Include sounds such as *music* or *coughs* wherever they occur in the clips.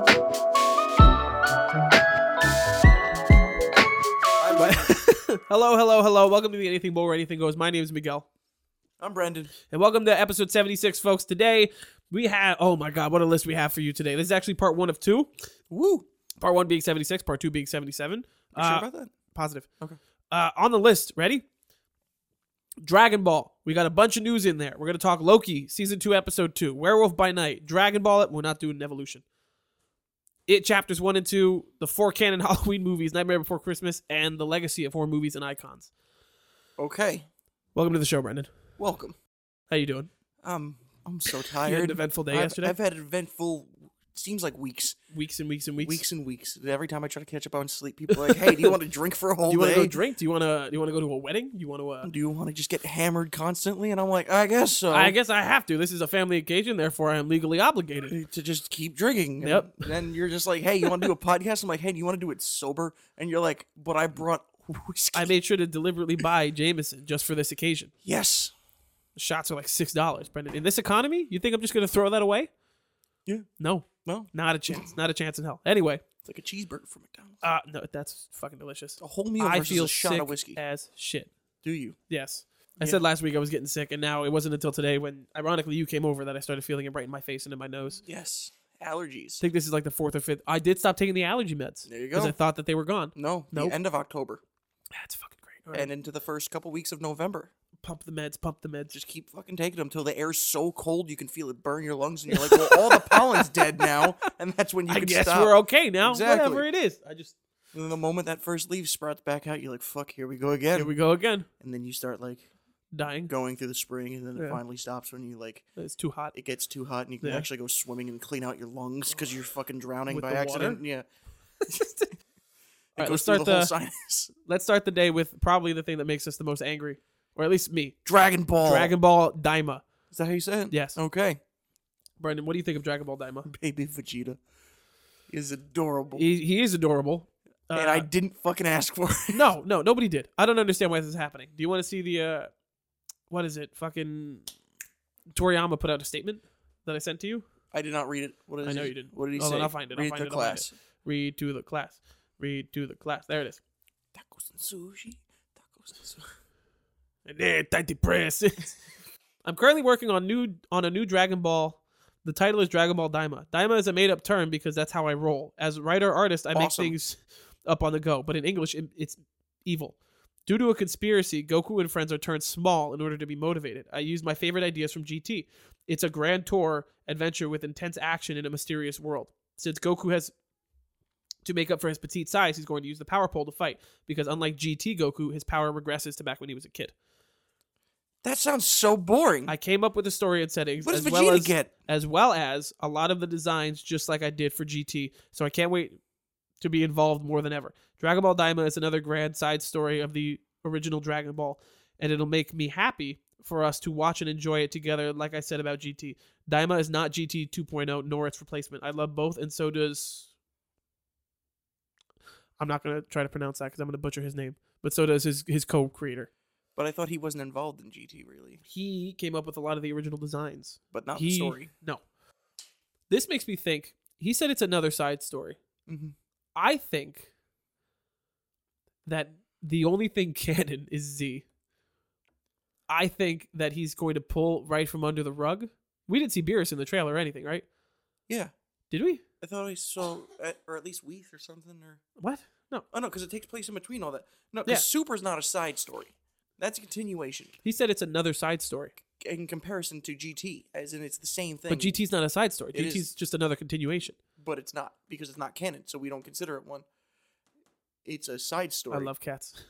*laughs* hello, hello, hello. Welcome to the Anything But Where Anything Goes. My name is Miguel. I'm Brendan. And welcome to episode 76, folks. Today, we have, oh my God, what a list we have for you today. This is actually part one of two. Woo. Part one being 76, part two being 77. You Uh, sure about that? positive. Okay. Uh, on the list, ready? Dragon Ball. We got a bunch of news in there. We're gonna talk Loki season two, episode two, Werewolf by Night, Dragon Ball. We're not doing Evolution. It chapters one and two, the four canon *laughs* Halloween movies, Nightmare Before Christmas, and the legacy of horror movies and icons. Okay. Welcome to the show, Brendan. Welcome. How you doing? Um, I'm *laughs* You so had an tired. eventful day I've, yesterday. I've had eventful. Seems like weeks, weeks and weeks and weeks. weeks, and weeks. Every time I try to catch up on sleep, people are like, "Hey, *laughs* do you want to drink for a whole do you want day? to go drink? Do you want to? Do you want to go to a wedding? Do you want to? Uh, do you want to just get hammered constantly?" And I'm like, "I guess so." I guess I have to. This is a family occasion, therefore I am legally obligated. to just keep drinking. And Yep. Then you're just like, "Hey, you want to do a podcast?" I'm like, "Hey, do you want to do it sober?" And you're like, "But I brought whiskey." I made sure to deliberately buy Jameson just for this occasion. yes. shots are like six dollars, Brendan. In this economy, you think I'm just gonna throw that away? Yeah. No, No. not a chance. Not a chance in hell. Anyway, It's like a cheeseburger from McDonald's. uh no, that's fucking delicious. A whole meal I versus feel a shot sick of whiskey. as shit. Do you? Yes. I Yeah. said last week I was getting sick, and now it wasn't until today when, ironically, you came over that I started feeling it right in my face and in my nose. Yes. Allergies. I think this is like the fourth or fifth. I did stop taking the allergy meds There you because go. I thought that they were gone. No, Nope. the end of October That's fucking great. All right. and into the first couple weeks of November. pump the meds, pump the meds. Just keep fucking taking them till the air's so cold you can feel it burn your lungs, and you're like, "Well, all the pollen's *laughs* dead now," and that's when you I can guess stop. we're okay now. Exactly. Whatever it is, I just And then the moment that first leaf sprouts back out, you're like, "Fuck, here we go again," here we go again. and then you start like Dying. going through the spring, and then Yeah. it finally stops when you like It's too hot. it gets too hot, and you can Yeah. actually go swimming and clean out your lungs because you're fucking drowning With by the water? accident. *laughs* Yeah, All right, let's goes through start the whole the sinus. let's start the day with probably the thing that makes us the most angry, or at least me. Dragon Ball. Dragon Ball Daima. Is that how you say it? Yes. Okay. Brendan, what do you think of Dragon Ball Daima? Baby Vegeta is adorable. He, he is adorable. Uh, and I didn't fucking ask for it. *laughs* no, no, nobody did. I don't understand why this is happening. Do you want to see the uh, what is it? Fucking Toriyama put out a statement that I sent to you. I did not read it. What is I know it? you didn't. What did he Hold say? on, I'll find it, I'll Read find the it, I'll find class. Read to the class. Read to the class. There it is. Tacos and sushi. Tacos and sushi. And then I depressed. *laughs* I'm currently working on new on a new Dragon Ball. The title is Dragon Ball Daima. Daima is a made up term because that's how I roll. As a writer artist, I make Awesome. things up on the go, but in English, it, it's evil. Due to a conspiracy, Goku and friends are turned small in order to be motivated. I use my favorite ideas from GT. It's a grand tour adventure with intense action in a mysterious world. Since Goku has to make up for his petite size, he's going to use the power pole to fight because unlike GT Goku, his power regresses to back when he was a kid. That sounds so boring. I came up with the story and settings what does as Vegeta well as get? as well as a lot of the designs just like I did for GT. So I can't wait to be involved more than ever. Dragon Ball Daima is another grand side story of the original Dragon Ball and it'll make me happy for us to watch and enjoy it together like I said about GT. Daima is not GT 2.0 oh, nor its replacement. I love both and so does I'm not going to try to pronounce that cuz I'm going to butcher his name, but so does his his co-creator. But I thought he wasn't involved in GT really, He came up with a lot of the original designs. but not He- the story. No. This makes me think. He said it's another side story. Mm-hmm. I think that the only thing *laughs* canon is Z. I think that he's going to pull right from under the rug. We didn't see Beerus in the trailer or anything, right? Yeah, Did we? I thought I saw, uh, or at least Weath or something. Or What? No. oh no, because it takes place in between all that. No, Yeah. because Super's not a side story. That's a continuation He said it's another side story. in comparison to GT, as in it's the same thing, But GT's not a side story. It is. GT's just another continuation. but it's not because it's not canon, so we don't consider it one. It's a side story. I love cats.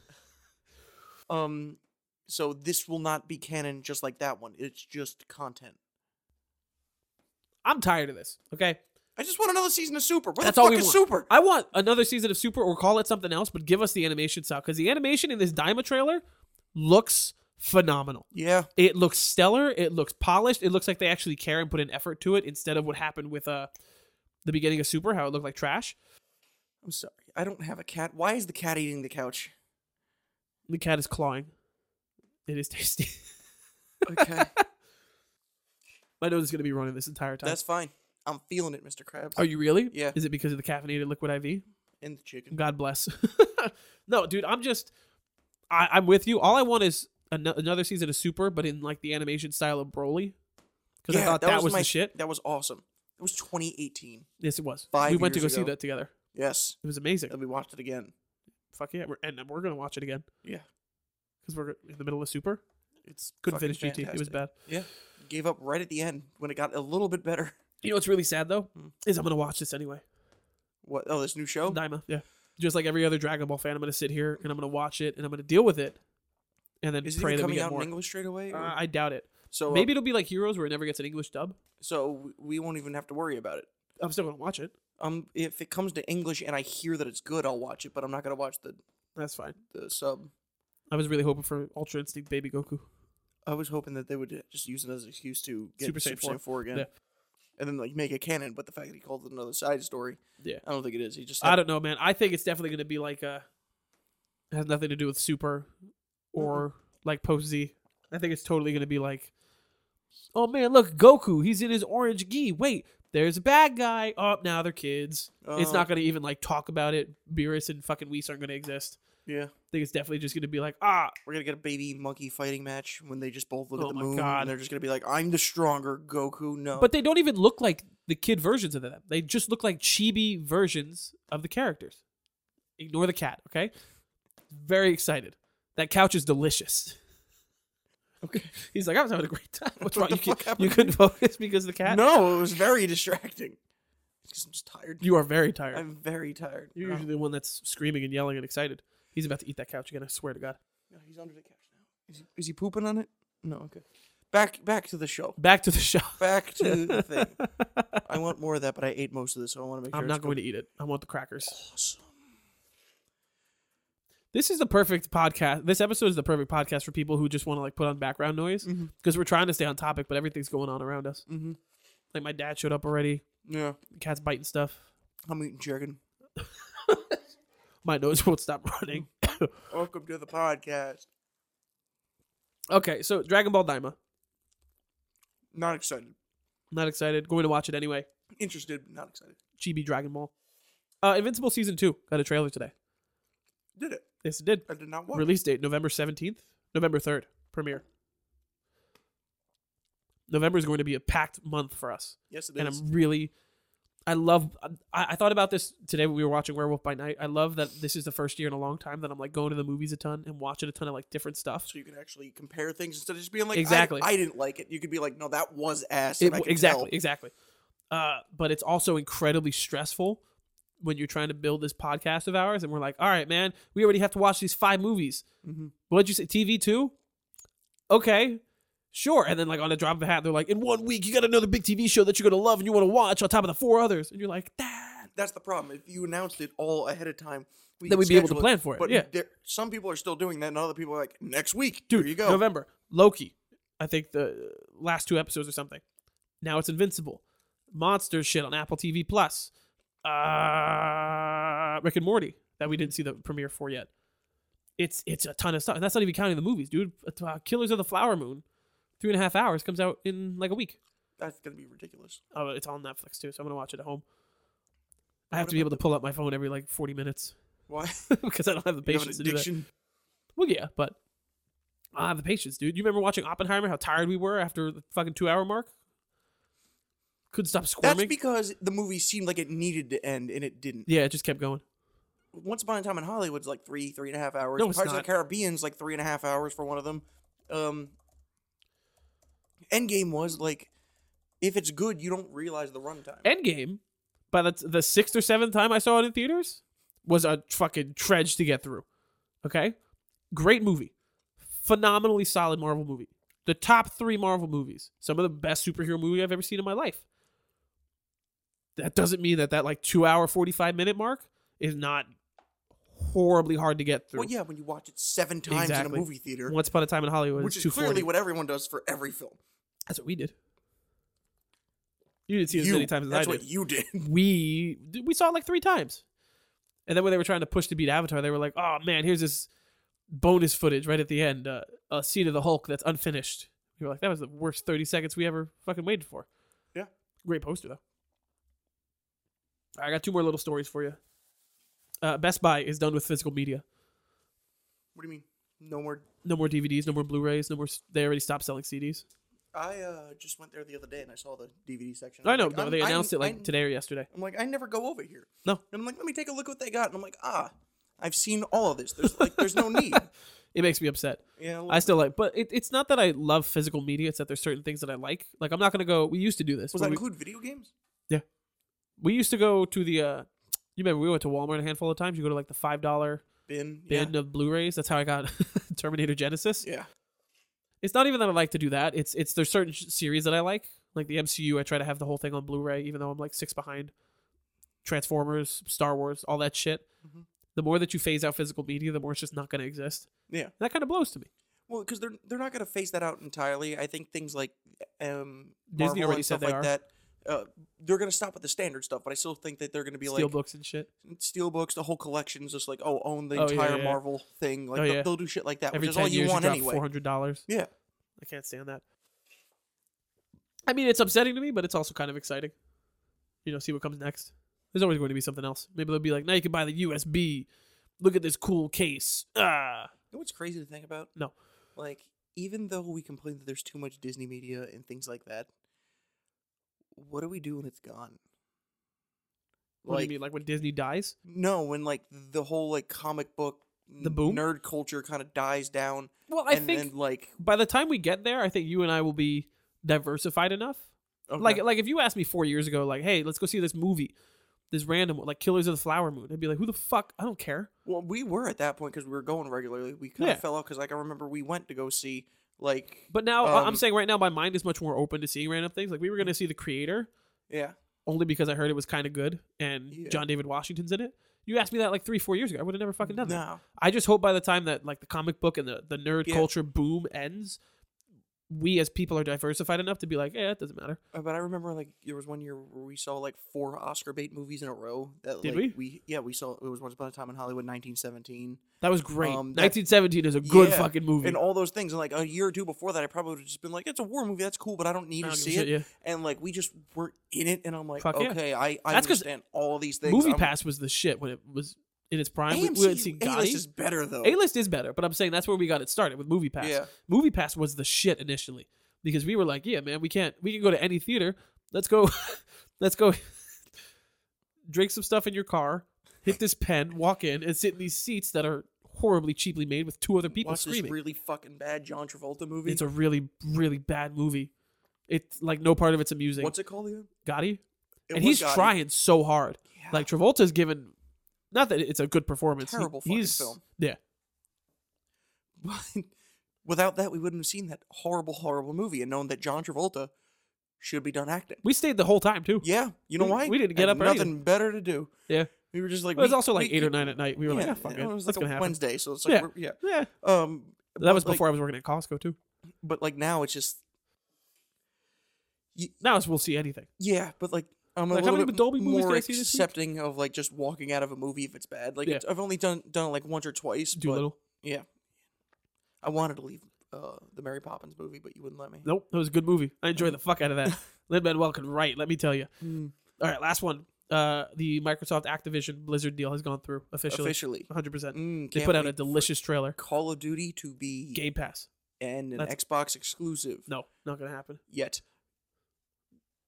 Um, so this will not be canon, just like that one. It's just content. I'm tired of this. Okay? I just want another season of Super. Where That's the all fuck we is want. Super? I want another season of Super or call it something else, but give us the animation style because the animation in this Daima trailer looks phenomenal. Yeah, It looks stellar. It looks polished. It looks like they actually care and put an effort to it instead of what happened with uh the beginning of Super, how it looked like trash. I'm sorry. I don't have a cat. Why is the cat eating the couch? The cat is clawing. It is *laughs* tasty. *laughs* Okay, My nose is gonna be running this entire time. that's fine. I'm feeling it, Mr. Krabs, Are you really? Yeah. Is it because of the caffeinated liquid IV? and the chicken. God bless. *laughs* no, dude, I'm just I, I'm with you. All I want is an- another season of Super, but in like the animation style of Broly, because I Yeah, thought that, was, my, the shit. That was awesome. It was 2018. Yes, it was. Five we went to go years see ago. that together. Yes, It was amazing. and we watched it again. Fuck yeah, we're, and we're gonna watch it again. Yeah. because we're in the middle of Super. It's Couldn't fucking finish GT. It was fantastic. bad. Gave up right at the end when it got a little bit better. You know what's really sad though Hmm. is I'm gonna watch this anyway. What? Oh, this new show. Daima, yeah. Just like every other Dragon Ball fan, I'm gonna sit here and I'm gonna watch it and I'm gonna deal with it, and then Is it pray even that we coming get out more. in English straight away? Uh, or- I doubt it. so uh, Maybe it'll be like Heroes where it never gets an English dub. So w- we won't even have to worry about it. I'm still gonna watch it. Um, if it comes to English and I hear that it's good, I'll watch it. But I'm not gonna watch the That's fine. the sub. I was really hoping for Ultra Instinct Baby Goku. I was hoping that they would just use it as an excuse to get Super Super, Saiyan Saiyan 4, again, Yeah. and then like make a canon. But the fact that he called it another side story, Yeah. I don't think it is. He just I don't know, man. I think it's definitely gonna be like uh has nothing to do with Super or like Post Z. I think it's totally gonna be like, oh man, look Goku, he's in his orange gi. Wait, there's a bad guy. Oh, now they're kids. it's Uh, not gonna even like talk about it. Beerus and fucking Whis aren't gonna exist. Yeah, I think it's definitely just gonna be like, ah, we're gonna get a baby monkey fighting match when they just both look Oh at the my moon God. and they're just gonna be like, "I'm the stronger Goku." No, but they don't even look like the kid versions of them. They just look like chibi versions of the characters. Ignore the cat, okay? Very excited. That couch is delicious. *laughs* okay. He's like, I was having a great time. What's wrong? What the You, could, fuck happened? you couldn't focus because of the cat? No, it was very distracting. *laughs* Because I'm just tired. You are very tired. I'm very tired. You're Oh, usually the one that's screaming and yelling and excited. He's about to eat that couch again, I swear to God. no, he's under the couch now. Is he, is he pooping on it? No, okay. Back back to the show. Back to the show. Back *laughs* to the thing. I want more of that, but I ate most of this, so I want to make sure I'm it's not going to eat it. I want the crackers. awesome. This is the perfect podcast. This episode is the perfect podcast for people who just want to like put on background noise because Mhm. we're trying to stay on topic, but everything's going on around us. Mm-hmm. Like my dad showed up already. Yeah, cat's biting stuff. I'm eating chicken. My nose *laughs* won't stop running. Welcome to the podcast. *coughs* okay, so Dragon Ball Daima. Not excited. Not excited. Going to watch it anyway. Interested, but not excited. Chibi Dragon Ball. Uh, Invincible season two got a trailer today. Did it? Yes, it did. I did not watch. Release date November seventeenth, November third premiere. November is going to be a packed month for us, Yes, it and is. I'm really, I love. I, I thought about this today when we were watching Werewolf by Night. I love that this is the first year in a long time that I'm like going to the movies a ton and watching a ton of like different stuff. so you can actually compare things instead of just being like, I- Exactly. I, didn't like it. You could be like, no, that was ass. It- and I can exactly, tell. exactly. Uh, but it's also incredibly stressful when you're trying to build this podcast of ours, and we're like, all right, man, we already have to watch these five movies. Mhm. What'd you say? TV two? Okay, sure. And then like on a drop of a hat, they're like, in one week you got another big TV show that you're gonna love and you want to watch on top of the four others, and you're like, that. That's the problem. If you announced it all ahead of time, we Then could we'd be able to schedule plan for it, But yeah. there, some people are still doing that, and other people are like, next week. Dude, here you go. November Loki. I think the last two episodes or something. Now it's Invincible, monster shit on Apple TV Plus, uh, Rick and Morty that we didn't see the premiere for yet. It's it's a ton of stuff, and that's not even counting the movies, dude. Uh, Killers of the Flower Moon, three and a half hours comes out in like a week. That's gonna be ridiculous. Oh, it's on Netflix too, so I'm gonna watch it at home. I have to be able to pull up my phone every like 40 minutes *laughs* Why? *laughs* because I don't have the you have an patience to do that. addiction. Well, yeah, but I have the patience, dude. You remember watching Oppenheimer? How tired we were after the fucking two hour mark. Couldn't stop That's squirming. because the movie seemed like it needed to end, and it didn't. yeah, it just kept going. Once upon a time in Hollywood's like three, three and a half hours. No, it's Pirates not. of the Caribbean's like three and a half hours for one of them. Um, Endgame was like, if it's good, you don't realize the runtime. Endgame, by the, the sixth or seventh time I saw it in theaters, was a fucking trudge to get through. Okay, great movie, phenomenally solid Marvel movie. The top three Marvel movies, some of the best superhero movie I've ever seen in my life. That doesn't mean that that like two hour forty five minute mark is not horribly hard to get through. Well, yeah, when you watch it seven times in Exactly. a movie theater, Once Upon a Time in Hollywood, which it's is 240. clearly what everyone does for every film. that's what we did. You didn't see it as You- many times as I that's did. what you did. *laughs* we we saw it like three times, and then when they were trying to push to beat Avatar, they were like, "Oh man, here's this bonus footage right at the end, uh, a scene of the Hulk that's unfinished." We were like, "That was the worst thirty seconds we ever fucking waited for." Yeah. great poster though. I got two more little stories for you. Uh, Best Buy is done with physical media. What do you mean? No more. No more DVDs, no more Blu-rays, no more. s- They already stopped selling CDs. I uh, just went there the other day and I saw the DVD section. I know. I'm like, No, I'm- they I'm- announced it like I'm- today or yesterday. I'm like, I never go over here. No. And I'm like, let me take a look what they got. And I'm like, ah, I've seen all of this. There's like, *laughs* there's no need. It makes me upset. Yeah. I still like, but it, it's not that I love physical media. It's that there's certain things that I like. Like I'm not gonna go. We used to do this. was where that we, include video games? we used to go to the. uh You remember we went to Walmart a handful of times. You go to like the five dollar Bin. bin of Blu-rays. That's how I got *laughs* Terminator Genesis. Yeah. yeah. It's not even that I like to do that. It's it's there's certain sh- series that I like, like the MCU. I try to have the whole thing on Blu-ray, even though I'm like six behind. Transformers, Star Wars, all that shit. Mhm. The more that you phase out physical media, the more it's just not going to exist. Yeah. that kind of blows to me. Well, because they're they're not going to phase that out entirely. I think things like um, Disney Marvel already and said stuff they like are. that. Uh, they're going to stop at the standard stuff, but I still think that they're going to be Steel like books and shit. steel books. The whole collection's just like oh, own the Oh, yeah, entire yeah. Marvel thing. Like Oh, they'll, yeah. they'll do shit like that, Every which is all ten you years you want drop anyway. four hundred dollars. Yeah. I can't stand that. I mean, it's upsetting to me, but it's also kind of exciting. You know, see what comes next. There's always going to be something else. Maybe they'll be like, now you can buy the USB. Look at this cool case. Ah, You know what's crazy to think about? No. Like, even though we complain that there's too much Disney media and things like that, what do we do when it's gone? what like, do you mean, like when Disney dies? No, when like the whole like comic book The boom? nerd culture kind of dies down, Well, I and think then like by the time we get there, I think you and I will be diversified enough. okay, Like, like if you asked me four years ago, like, hey, let's go see this movie, this random one, like Killers of the Flower Moon, I'd be like, who the fuck? I don't care. well, we were at that point because we were going regularly. We kind of Yeah. fell out because like I remember we went to go see like But now I- I'm Um, saying right now, my mind is much more open to seeing random things. Like we were gonna see the creator yeah only because I heard it was kind of good and Yeah. John David Washington's in it. You asked me that like three, four years ago. I would have never fucking done that. no I just hope by the time that like the comic book and the, the nerd Yeah. culture boom ends, we as people are diversified enough to be like, yeah, it doesn't matter. Uh, But I remember like there was one year where we saw like four Oscar bait movies in a row. That, Did like, we? yeah we saw it was Once Upon a Time in Hollywood, 1917, That was great. Um, that- 1917 is a good Yeah. fucking movie. and all those things. And like a year or two before that, I probably would have just been like, "It's a war movie, that's cool," but I don't need I to don't give a see shit, it. yeah. And like we just weren't in it, and I'm like, Fuck yeah. okay, I, I That's 'cause understand all these things. Movie I'm- Pass was the shit when it was in its prime. We- we went to see AMC A-list Gotti. is better though. A list is better, but I'm saying that's where we got it started with Movie Pass. Yeah. Movie Pass was the shit initially because we were like, yeah, man, we can't we can go to any theater. Let's go, *laughs* let's go, *laughs* drink some stuff in your car, hit this pen, walk in, and sit in these seats that are horribly cheaply made with two other people Watch this screaming. really fucking bad John Travolta movie. it's a really really bad movie. It's like no part of it's amusing. What's it called again? Gotti, It and was he's Gotti. trying so hard. Yeah. Like Travolta's given, not that it's a good performance. He- Terrible fucking he's, film. Yeah, *laughs* But without that, we wouldn't have seen that horrible, horrible movie and known that John Travolta should be done acting. we stayed the whole time too. Yeah, you know We- why? we didn't get Had up early. Nothing better to do. Yeah. we were just like. It was we- also like we- eight or nine at night. We were like, yeah, yeah, fuck it it. was That's like gonna a happen. Wednesday, so it's like we're- yeah. Yeah. Um, That was like- before I was working at Costco too. but like now it's just Now it's we'll see anything. yeah, but like I'm a Like, how little many bit Dolby movies more did I see this week? accepting of like just walking out of a movie if it's bad. Like Yeah. it's, I've only done done it like once or twice. Do but little. Yeah, I wanted to leave uh, the Mary Poppins movie, but you wouldn't let me. Nope. Oh. That was a good movie. I enjoyed the fuck out of *laughs* that. Lin Manuel can write, let me tell you. Mm, All right, last one. Uh, the Microsoft Activision Blizzard deal has gone through officially. officially. 100%. Mm, They can't put out a wait for delicious trailer. Call of Duty to be Game Pass. and an That's- Xbox exclusive No, not going to happen. yet.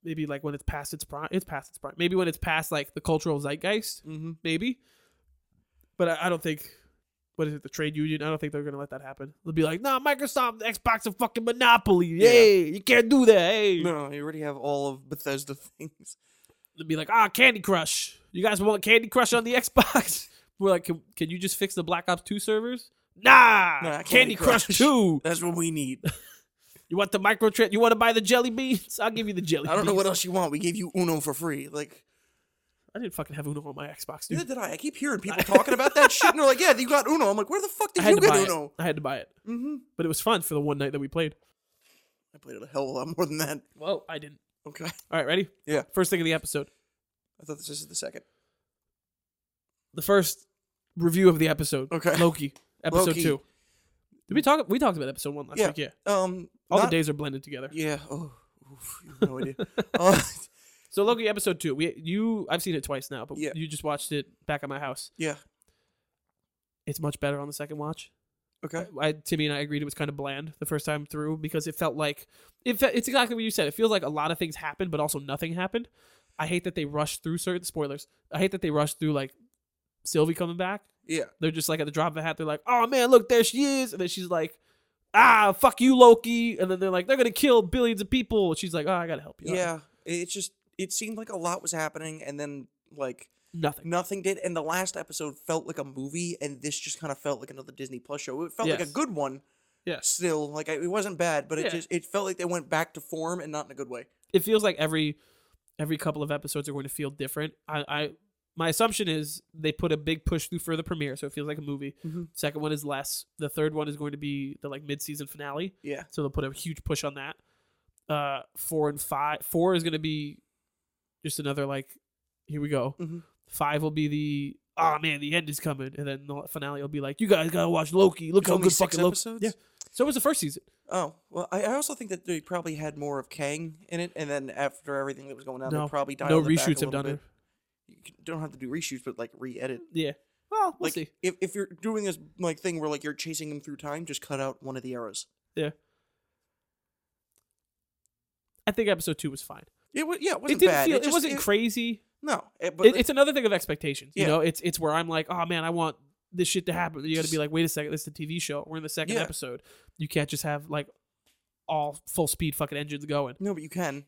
Maybe like when it's past its prime. It's past its prime. Maybe when it's past like the cultural zeitgeist. Mm-hmm. Maybe. But I, I don't think. What is it? The trade union? I don't think they're going to let that happen. They'll be like, nah, Microsoft, Xbox, a fucking monopoly. Yeah. Hey, you can't do that. Hey. No, you already have all of Bethesda things. They'd be like, ah, Candy Crush. You guys want Candy Crush on the *laughs* Xbox? We're like, can, can you just fix the Black Ops 2 servers? Nah, Nah, Candy, Candy Crush. Crush. 2. That's what *laughs* we need. You want the micro You want to buy the jelly beans? I'll give you the jelly I don't know beans. what else you want. We gave you Uno for free. Like I didn't fucking have Uno on my Xbox, dude. neither did I. I keep hearing *laughs* people talking about that shit, and they're like, "Yeah, you got Uno." I'm like, "Where the fuck I did had you to get buy it. Uno?" I had to buy it. Mm-hmm. But it was fun for the one night that we played. I played it a hell of a lot more than that. Well, I didn't. Okay, I All right, ready? Yeah. First thing of the episode. thought this was the second. The first review of the episode. Okay. Loki. Episode Loki. 2. Did we talk? We talked about episode 1 last Yeah. week, yeah. Um, All not- the days are blended together. Yeah. Oh, oof, you have no *laughs* idea. uh, So Loki episode two, we you I've seen it twice now, but Yeah. you just watched it back at my house. yeah. It's much better on the second watch. Okay. I, Timmy and I agreed it was kind of bland the first time through because it felt like it fe- it's exactly what you said. It feels like a lot of things happened, but also nothing happened. I hate that they rushed through certain spoilers. I hate that they rushed through like Sylvie coming back. Yeah. They're just like at the drop of a hat. They're like, "Oh man, look there she is," and then she's like, "Ah, fuck you, Loki," and then they're like, "They're gonna kill billions of people." And she's like, "Oh, I gotta help you." out." Yeah. It just it seemed like a lot was happening and then like nothing. nothing did and the last episode felt like a movie and this just kind of felt like another Disney Plus show. It felt like a Yes. good one. Yes. Still like it wasn't bad, but it Yeah. just it felt like they went back to form and not in a good way. it feels like every every couple of episodes are going to feel different. I, I my assumption is they put a big push through for the premiere, so it feels like a movie. Mhm. Second one is less. The third one is going to be the like mid season finale, Yeah. so they'll put a huge push on that. Uh, four and five, four is going to be just another like, here we go. Mhm. Five will be the oh man, the end is coming, and then the finale will be like, you guys gotta watch Loki. Look There's how only good six fucking Loki. episodes? Yeah. So it was the first season. Oh well, I, I also think that they probably had more of Kang in it, and then after everything that was going on, No. they probably dialed No it back a reshoots have little done it. bit. You c- don't have to do reshoots, but like re-edit. Yeah. Well, we'll like see. if if you're doing this like thing where like you're chasing him through time, just cut out one of the arrows. I think episode two was fine. It was yeah, it It wasn't didn't bad. feel. It, it, just- wasn't crazy. No, it, but it, it's another thing of expectations. You Yeah. know, it's it's where I'm like, oh man, I want this shit to happen. You got to Just- be like, wait a second, this is a TV show. We're in the second Yeah. episode. You can't just have like all full speed fucking engines going. no, but you can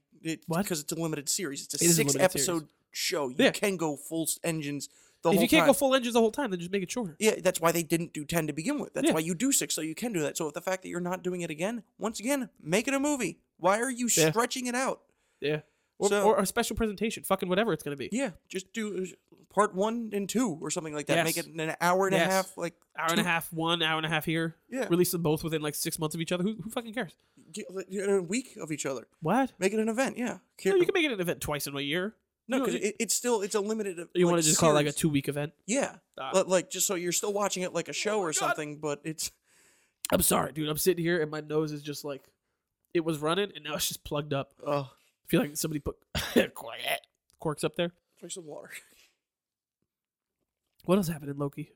What? because it's a limited series. It's a It is a six limited series. episode show. You Yeah. can go full s- engines the if whole you can't time. go full engines the whole time, then just make it shorter. Yeah, that's why they didn't do 10 to begin with. That's Yeah. why you do 6 so you can do that. So if the fact that you're not doing it again, once again, make it a movie. Why are you Yeah. stretching it out? Yeah. Or, So- or a special presentation, fucking whatever it's gonna be. Yeah, just do uh, part 1 and 2 or something like that. Make Yes. it an hour and Yes. a half like Hour and a two- half, one hour and a half here. Yeah. Release them both within like six months of each other. Who, who fucking cares? get- like, you know, a week of each other. What? Make it an event, yeah. No, you can make it an event twice in a year. no, you, cuz it, it's still it's a limited uh, you like, want to just call it like a series. two week event? Yeah. Ah. Oh But, like just so you're still watching it like a show my or God. something, but it's I'm sorry, dude. I'm sitting here and my nose is just like, it was running and now it's just plugged up. oh, I feel like somebody put *laughs* quiet corks up there. drink some water. *laughs* What else happened in Loki?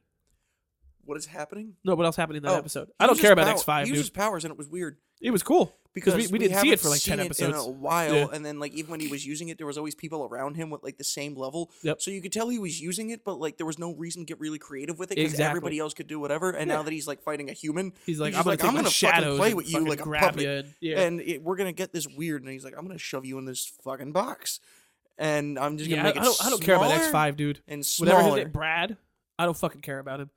What is happening? No, what else happened in that Oh, episode? he I don't uses care about power- X Five, He dude. uses powers and it was weird. It was cool because we, we didn't see it haven't for like ten seen it in episodes. a while, Yeah. and then like even when he was using it, there was always people around him with like the same level. Yep. So you could tell he was using it, but like there was no reason to get really creative with it because Exactly. everybody else could do whatever. And Yeah. now that he's like fighting a human, He's like, just I'm gonna, like, take "I'm my gonna fucking shadows play and with you fucking like a grab puppet." you. And, yeah, and it, we're gonna get this weird. And he's like, I'm gonna shove you in this fucking box, and I'm just yeah. gonna I, make I it don't, I don't care about smaller X Five, dude. and Whatever his smaller. name, Brad. I don't fucking care about him.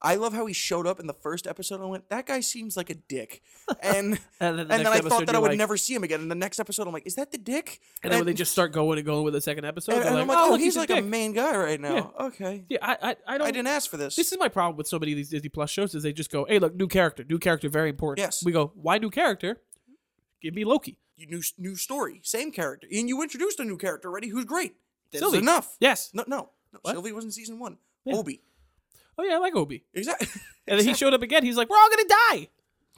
I love how he showed up in the first episode. I went, that guy seems like a *laughs* dick, and And then, the and then next I episode, thought that I you're would like- never see him again. And the next episode, I'm like, is that the dick? And then when they just start going and going with the second episode, And, they're and like, I'm like, oh, oh, look, he's, a like dick." a main guy right now. Okay. Yeah, I, I, I I don't. didn't ask for this. This is my problem with so many of these Disney Plus shows is they just go, hey, look, new character, new character, very important. Yes. We go, why new character? Give me Loki. You- new new story, same character, and you introduced a new character already who's great. That's Sylvie. enough. Yes. No, no, no What? Sylvie was in season one. Yeah. Obi, Oh yeah, I like Obi. exactly. And then he showed up again. He's like, "We're all gonna die."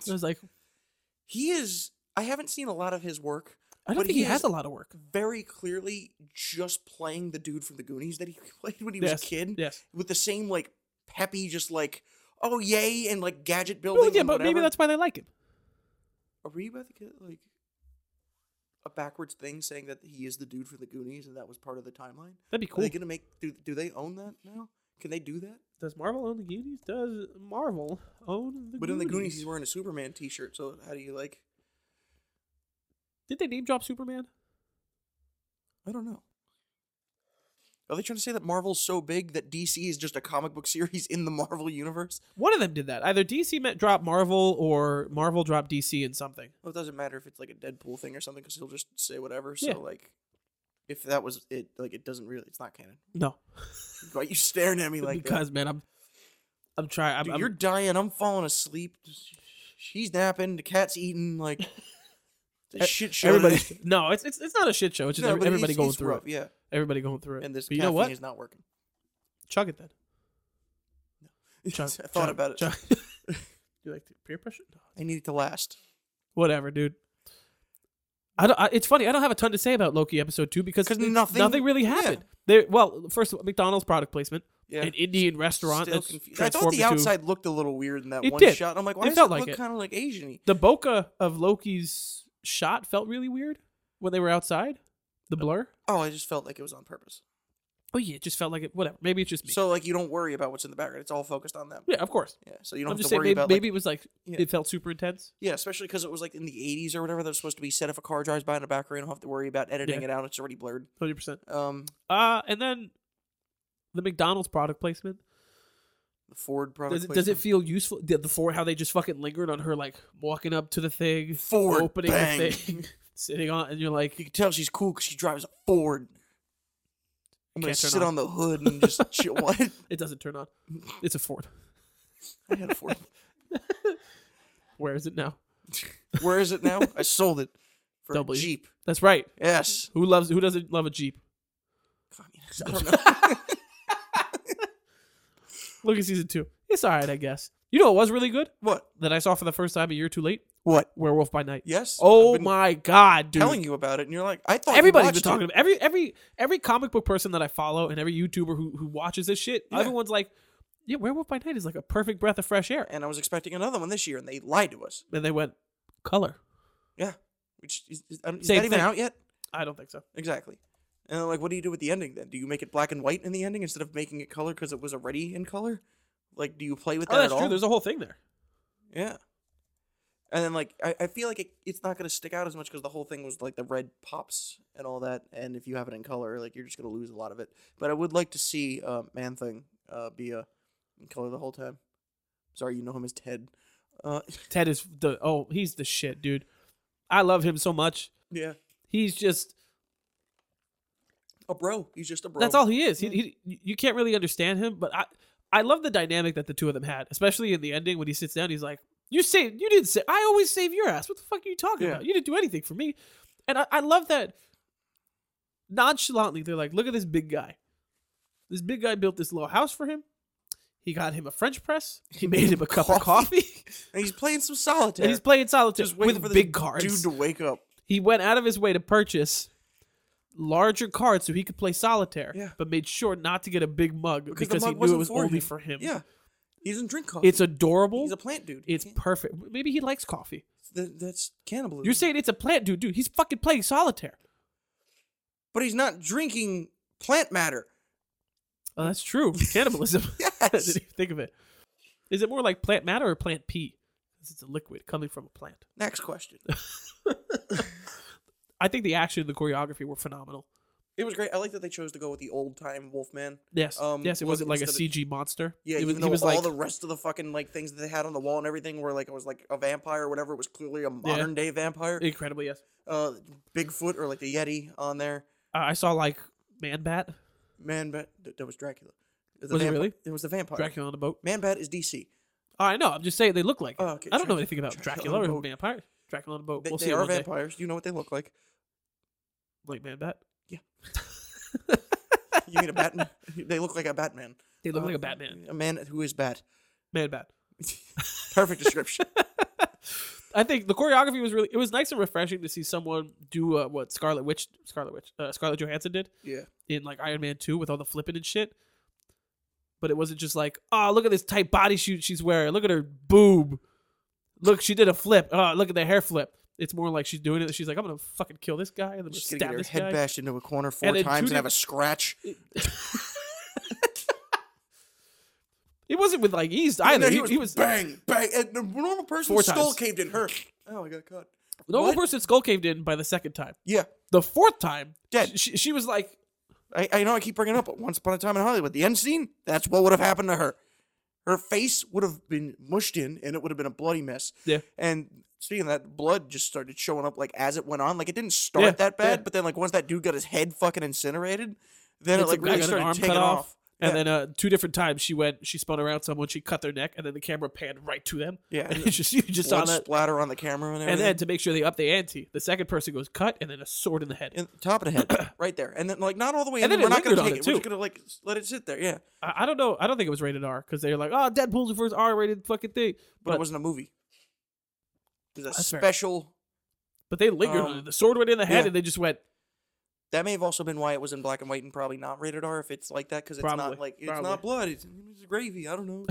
I was like, *laughs* he is. I haven't seen a lot of his work. "I don't But think he, he has is- a lot of work." Very clearly, just playing the dude from the Goonies that he *laughs* played when he was yes. a kid, Yes. with the same like peppy, just like oh yay and like gadget building. Well, yeah, and but maybe whatever. that's why they like him. Are we about to get like a backwards thing saying that he is the dude from the Goonies and that was part of the timeline? That'd be Are cool. they gonna make do do they own that now? Can they do that? Does Marvel own the Goonies? Does Marvel own the? But in the Goonies, he's wearing a Superman T-shirt. So how do you like? did they name drop Superman? I don't know. Are they trying to say that Marvel's so big that DC is just a comic book *laughs* series in the Marvel universe? One of them did that. Either DC met drop Marvel or Marvel dropped DC in something. Well, it doesn't matter if it's like a Deadpool thing or something because he'll just say whatever. So Yeah. like, if that was it, like it doesn't really, it's not canon. *laughs* No, Why you staring at me like that? because man, I'm, I'm trying. I'm, Dude, I'm- you're dying. I'm falling asleep. She's napping. The cat's *laughs* eating. Like it's a shit show. E, everybody. *laughs* today. no, it's it's it's not a shit show. It's just No, every- but it's- everybody going it's through rough, it. Yeah, Everybody going through it. and this but you know what? is not working. *laughs* Chug it then. I Chug, thought chug, about it. *laughs* chug. you like peer pressure? No. I need it to last. Whatever, dude. I don't, I, it's funny. I don't have a ton to say about Loki episode two because 'Cause it- nothing- really yeah. happened. There, well, first of all, McDonald's product placement, Yeah. an Indian restaurant. Still that's confused. I thought transformed the into- outside looked a little weird in that It one did. shot. I'm like, why It does felt it like look it. kind of like Asian-y? the bokeh of Loki's shot felt really weird when they were outside. The blur. Oh, I just felt like it was on purpose. Oh yeah, it just felt like it. Whatever. Maybe it's just me. So like, you don't worry about what's in the background. It's all focused on them. yeah, of course. Yeah. So you don't I'm have to just saying. worry Maybe, about like, maybe it was like Yeah. it felt super intense. yeah, especially because it was like in the 80s or whatever. That's supposed to be set if a car drives by in a back row. You don't have to worry about editing Yeah. it out. It's already blurred. Hundred percent. Um, Uh, and then the McDonald's product placement. the Ford product. Does it, does it placement. feel useful? The, the Ford, how they just fucking lingered on her, like walking up to the thing, Ford opening the bang. thing, *laughs* sitting on, and you're like, *laughs* You can tell she's cool because she drives a Ford. I'm gonna Can't turn sit on. on the hood *laughs* and just chill. What? It doesn't turn on. It's a Ford. I had a Ford. Where is it now? Where is it now? I sold it for a W. Jeep. That's right. Yes. Who loves? Who doesn't love a Jeep? Communist. I don't know. *laughs* Look at season two. It's all right, I guess. You know, what was really good what? that I saw for the first time a year too late. What? Werewolf by Night. Yes. Oh I've been my god, dude! Telling you about it, and you're like, I thought you Everybody's been watched talking It. about every every every comic book person that I follow and every YouTuber who who watches this shit. Yeah. Everyone's like, yeah, Werewolf by Night is like a perfect breath of fresh air. And I was expecting another one this year, and they lied to us. And they went color. Which is, is, I don't- is that Same even thing. out yet? I don't think so. Exactly. And I'm like, what do you do with the ending then? Do you make it black and white in the ending instead of making it color because it was already in color? Like, do you play with that Oh, that's at true. all? There's a whole thing there. Yeah. And then like I, I feel like it, it's not gonna stick out as much because the whole thing was like the red pops and all that, and if you have it in color, like you're just gonna lose a lot of it. But I would like to see uh, Man Thing uh, be uh, in color the whole time. Sorry, you know him as Ted. Uh, Ted is the oh, he's the shit, dude. I love him so much. yeah, He's just a bro. He's just a bro. That's all he is. He, he, you can't really understand him, but I, I love the dynamic that the two of them had, especially in the ending when he sits down. He's like, "You saved. You didn't say. I always save your ass. What the fuck are you talking Yeah. about? You didn't do anything for me." And I, I love that nonchalantly. They're like, "Look at this big guy. This big guy built this little house for him. He got him a French press. He made him a cup of Coffee. coffee. *laughs* And he's playing some solitaire. and he's playing solitaire just waiting with for this big cards. dude to wake up. He went out of his way to purchase larger cards so he could play solitaire, Yeah. but made sure not to get a big mug because, Because the mug he knew it wasn't was for only him. for him. Yeah, he doesn't drink coffee. It's adorable. he's a plant dude. it's He can't- perfect. Maybe he likes coffee. that, that's cannibalism. You're saying it's a plant dude, dude. He's fucking playing solitaire. but he's not drinking *laughs* plant matter. Oh, that's *laughs* true. Cannibalism. *laughs* I Yes. didn't even think of it. Is it more like plant matter or plant pee? Because it's a liquid coming from a plant. *laughs* Next question. I think the action and the choreography were phenomenal. It was great. I like that they chose to go with the old time Wolfman. Yes. Um, yes, it was wasn't like a instead of- CG monster. Yeah, it was, even though he was all like the rest of the fucking like things that they had on the wall and everything were like it was like a vampire or whatever. It was clearly a modern day vampire. incredibly yes. Uh, Bigfoot or like the Yeti on there. Uh, I saw like Man Bat, Man, but th- that was Dracula. The Was it vampi- really? It was the vampire. Dracula on a boat. Man, Bat is DC. I know. I'm just saying they look like. it. Oh, okay, I don't know Drac- anything about Dracula Dracula, on a or boat. vampire. Dracula on a boat. They, we'll they see are one day. vampires. You know what they look like. Like man bat. You mean a Batman? *laughs* they look like a Batman. They look Uh, like a Batman. A man who is bat. Man bat. Perfect description. I think the choreography was really. It was nice and refreshing to see someone do uh, what Scarlet Witch, Scarlet Witch, uh, Scarlet Johansson did *laughs* yeah. in like Iron Man Two with all the flipping and shit. But it wasn't just like, oh, look at this tight bodysuit she's wearing. Look at her boob. Look, she did a flip. Oh, look at the hair flip. It's more like she's doing it. She's like, I'm gonna fucking kill this guy and then She's gonna stab get her this head guy. bashed into a corner four And in two times and have a different- scratch. It wasn't with like ease either. And then he, he was bang, bang, and the normal person's Four skull times. caved in her. Oh, I got caught. The normal What? person's skull caved in by the second time. Yeah, The fourth time, Dead. She, she was like, I, I know I keep bringing it up, but Once Upon a Time in Hollywood, the end scene, that's what would have happened to her. Her face would have been mushed in, and it would have been a bloody mess. Yeah. And seeing that blood just started showing up like as it went on, like it didn't start Yeah, that bad, yeah. but then like once that dude got his head fucking incinerated, then And it like some guy really got an started arm cut taking off. off. and Yeah. then uh, two different times she went, she spun around someone, she cut their neck, and then the camera panned right to them. Yeah, and and you just you just saw blood that. splatter on the camera and everything. And then to make sure they up the ante, the second person goes cut, and then a sword in the head. in the top of *coughs* the head, right there, and then like not all the way. And in, then we're it not gonna lingered on it, take We're just too. gonna like s- let it sit there. Yeah, I, I don't know. I don't think it was rated R because they're like, oh, Deadpool's the first R-rated fucking thing. but, But it wasn't a movie. It was a That's fair. special But they lingered. on Um, it. the sword went in the head, yeah. and they just went. That may have also been why it was in black and white and probably not rated R if it's like that because it's Probably. not like it's Probably. not blood. It's, it's gravy. I don't *laughs* know.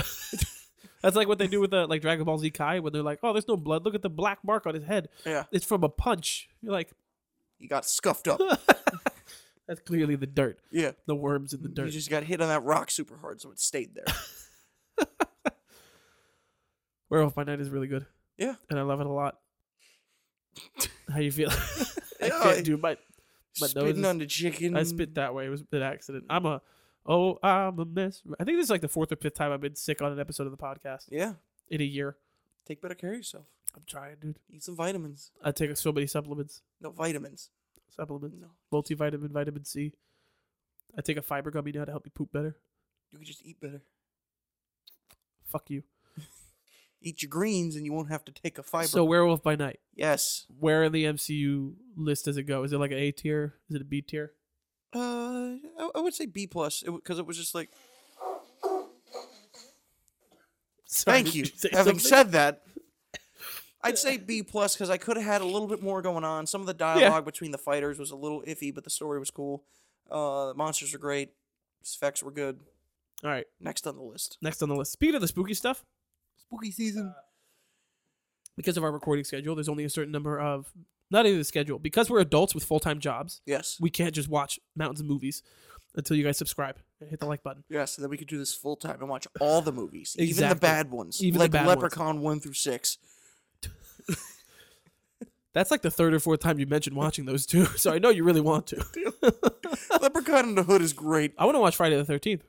That's like what they do with the like Dragon Ball Z Kai when they're like, "Oh, there's no blood. Look at the black mark on his head. yeah, It's from a punch." You're like, you got scuffed *laughs* up. "That's clearly the dirt. Yeah, The worms in the dirt." you just got hit on that rock super hard, so it stayed there. Werewolf by Night is really good. Yeah. and I love it a *laughs* lot. How you feel? *laughs* I Yeah, *laughs* I- Mm. can't do my. My nose Spitting is- on the chicken. I spit that way. It was an accident. I'm a. Oh, I'm a mess. I think this is like the fourth or fifth time I've been sick on an episode of the podcast Yeah, in a year. take better care of yourself. I'm trying, dude. Eat some vitamins. I take so many supplements. No vitamins. Supplements. No, Multivitamin, vitamin C. I take a fiber gummy now to help me poop better. you can just eat better. Fuck you. Eat your greens, and you won't have to take a fiber. So Werewolf by Night. yes. Where in the MCU list does it go? Is it like an A tier? Is it a B tier? *laughs* Uh, I, I would say B plus because it, was just like. Sorry, Thank did *laughs* you. say something? Having said that, I'd say B plus because I could have had a little bit more going on. Some of the dialogue between the fighters was a little iffy, but the story was cool. Uh, the monsters were great. Effects were good. All right. Next on the list, Next on the list. Speaking of the spooky stuff, spooky season. because of our recording schedule, there's only a certain number of not even the schedule. Because we're adults with full time jobs, Yes, we can't just watch mountains of movies until you guys subscribe and hit the like button. yes. And then we could do this full time and watch all the movies, even the Exactly. bad ones, Even the like bad ones. Leprechaun one through six. *laughs* That's like the third or fourth time you mentioned watching those two. *laughs* So I know you really want to. *laughs* Leprechaun in the Hood is great. I want to watch Friday the Thirteenth.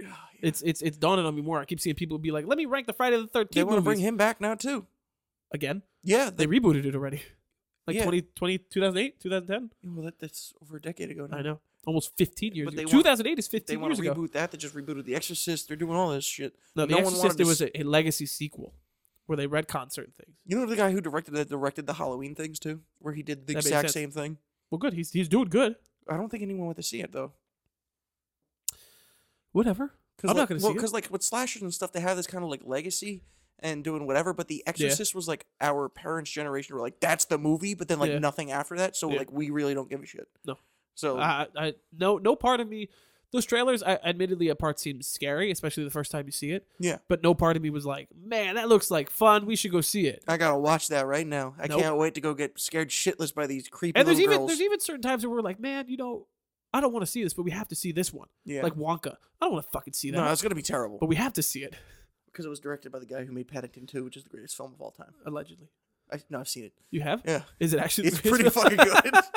Yeah, yeah. It's it's it's dawning on me more. I keep seeing people be like, "Let me rank the Friday the They Thirteenth want movies to bring him back now too. again." Yeah, They they, rebooted it already, like Yeah. 20, 20 2008, 2010. well, that, that's over a decade ago. Now. I know, almost fifteen years. But ago. they want- Two thousand eight is They fifteen want years to ago. reboot that. They just rebooted The Exorcist. They're doing all this shit. No, The no one wanted Exorcist. to It was s- a, a legacy sequel where they retcon certain things. You know the guy who directed that directed the Halloween things too, where he did the That makes exact sense. same thing. Well, good. He's he's doing good. I don't think anyone went to see it though. Whatever. I'm like, not gonna see it. because like with slashers and stuff, they have this kind of like legacy and doing whatever. But The Exorcist was like our parents' generation were like, that's the movie, but then like Yeah. nothing after that. So Yeah. like we really don't give a shit. No. So I, uh, I no no part of me. Those trailers, I, admittedly, a part seems scary, especially the first time you see it. yeah, But no part of me was like, "Man, that looks like fun. We should go see it." I gotta watch that right now. I Nope. can't wait to go get scared shitless by these creepy and there's little even girls. there's even certain times where we're like, man, you know, I don't want to see this, but we have to see this one. yeah. Like Wonka, I don't want to fucking see that, no, it's gonna be terrible but we have to see it. because it was directed by the guy who made Paddington 2, which is the greatest film of all time. Allegedly, I, no, I've seen it. you have? Yeah, Is it *laughs* actually? it's pretty fucking good. *laughs*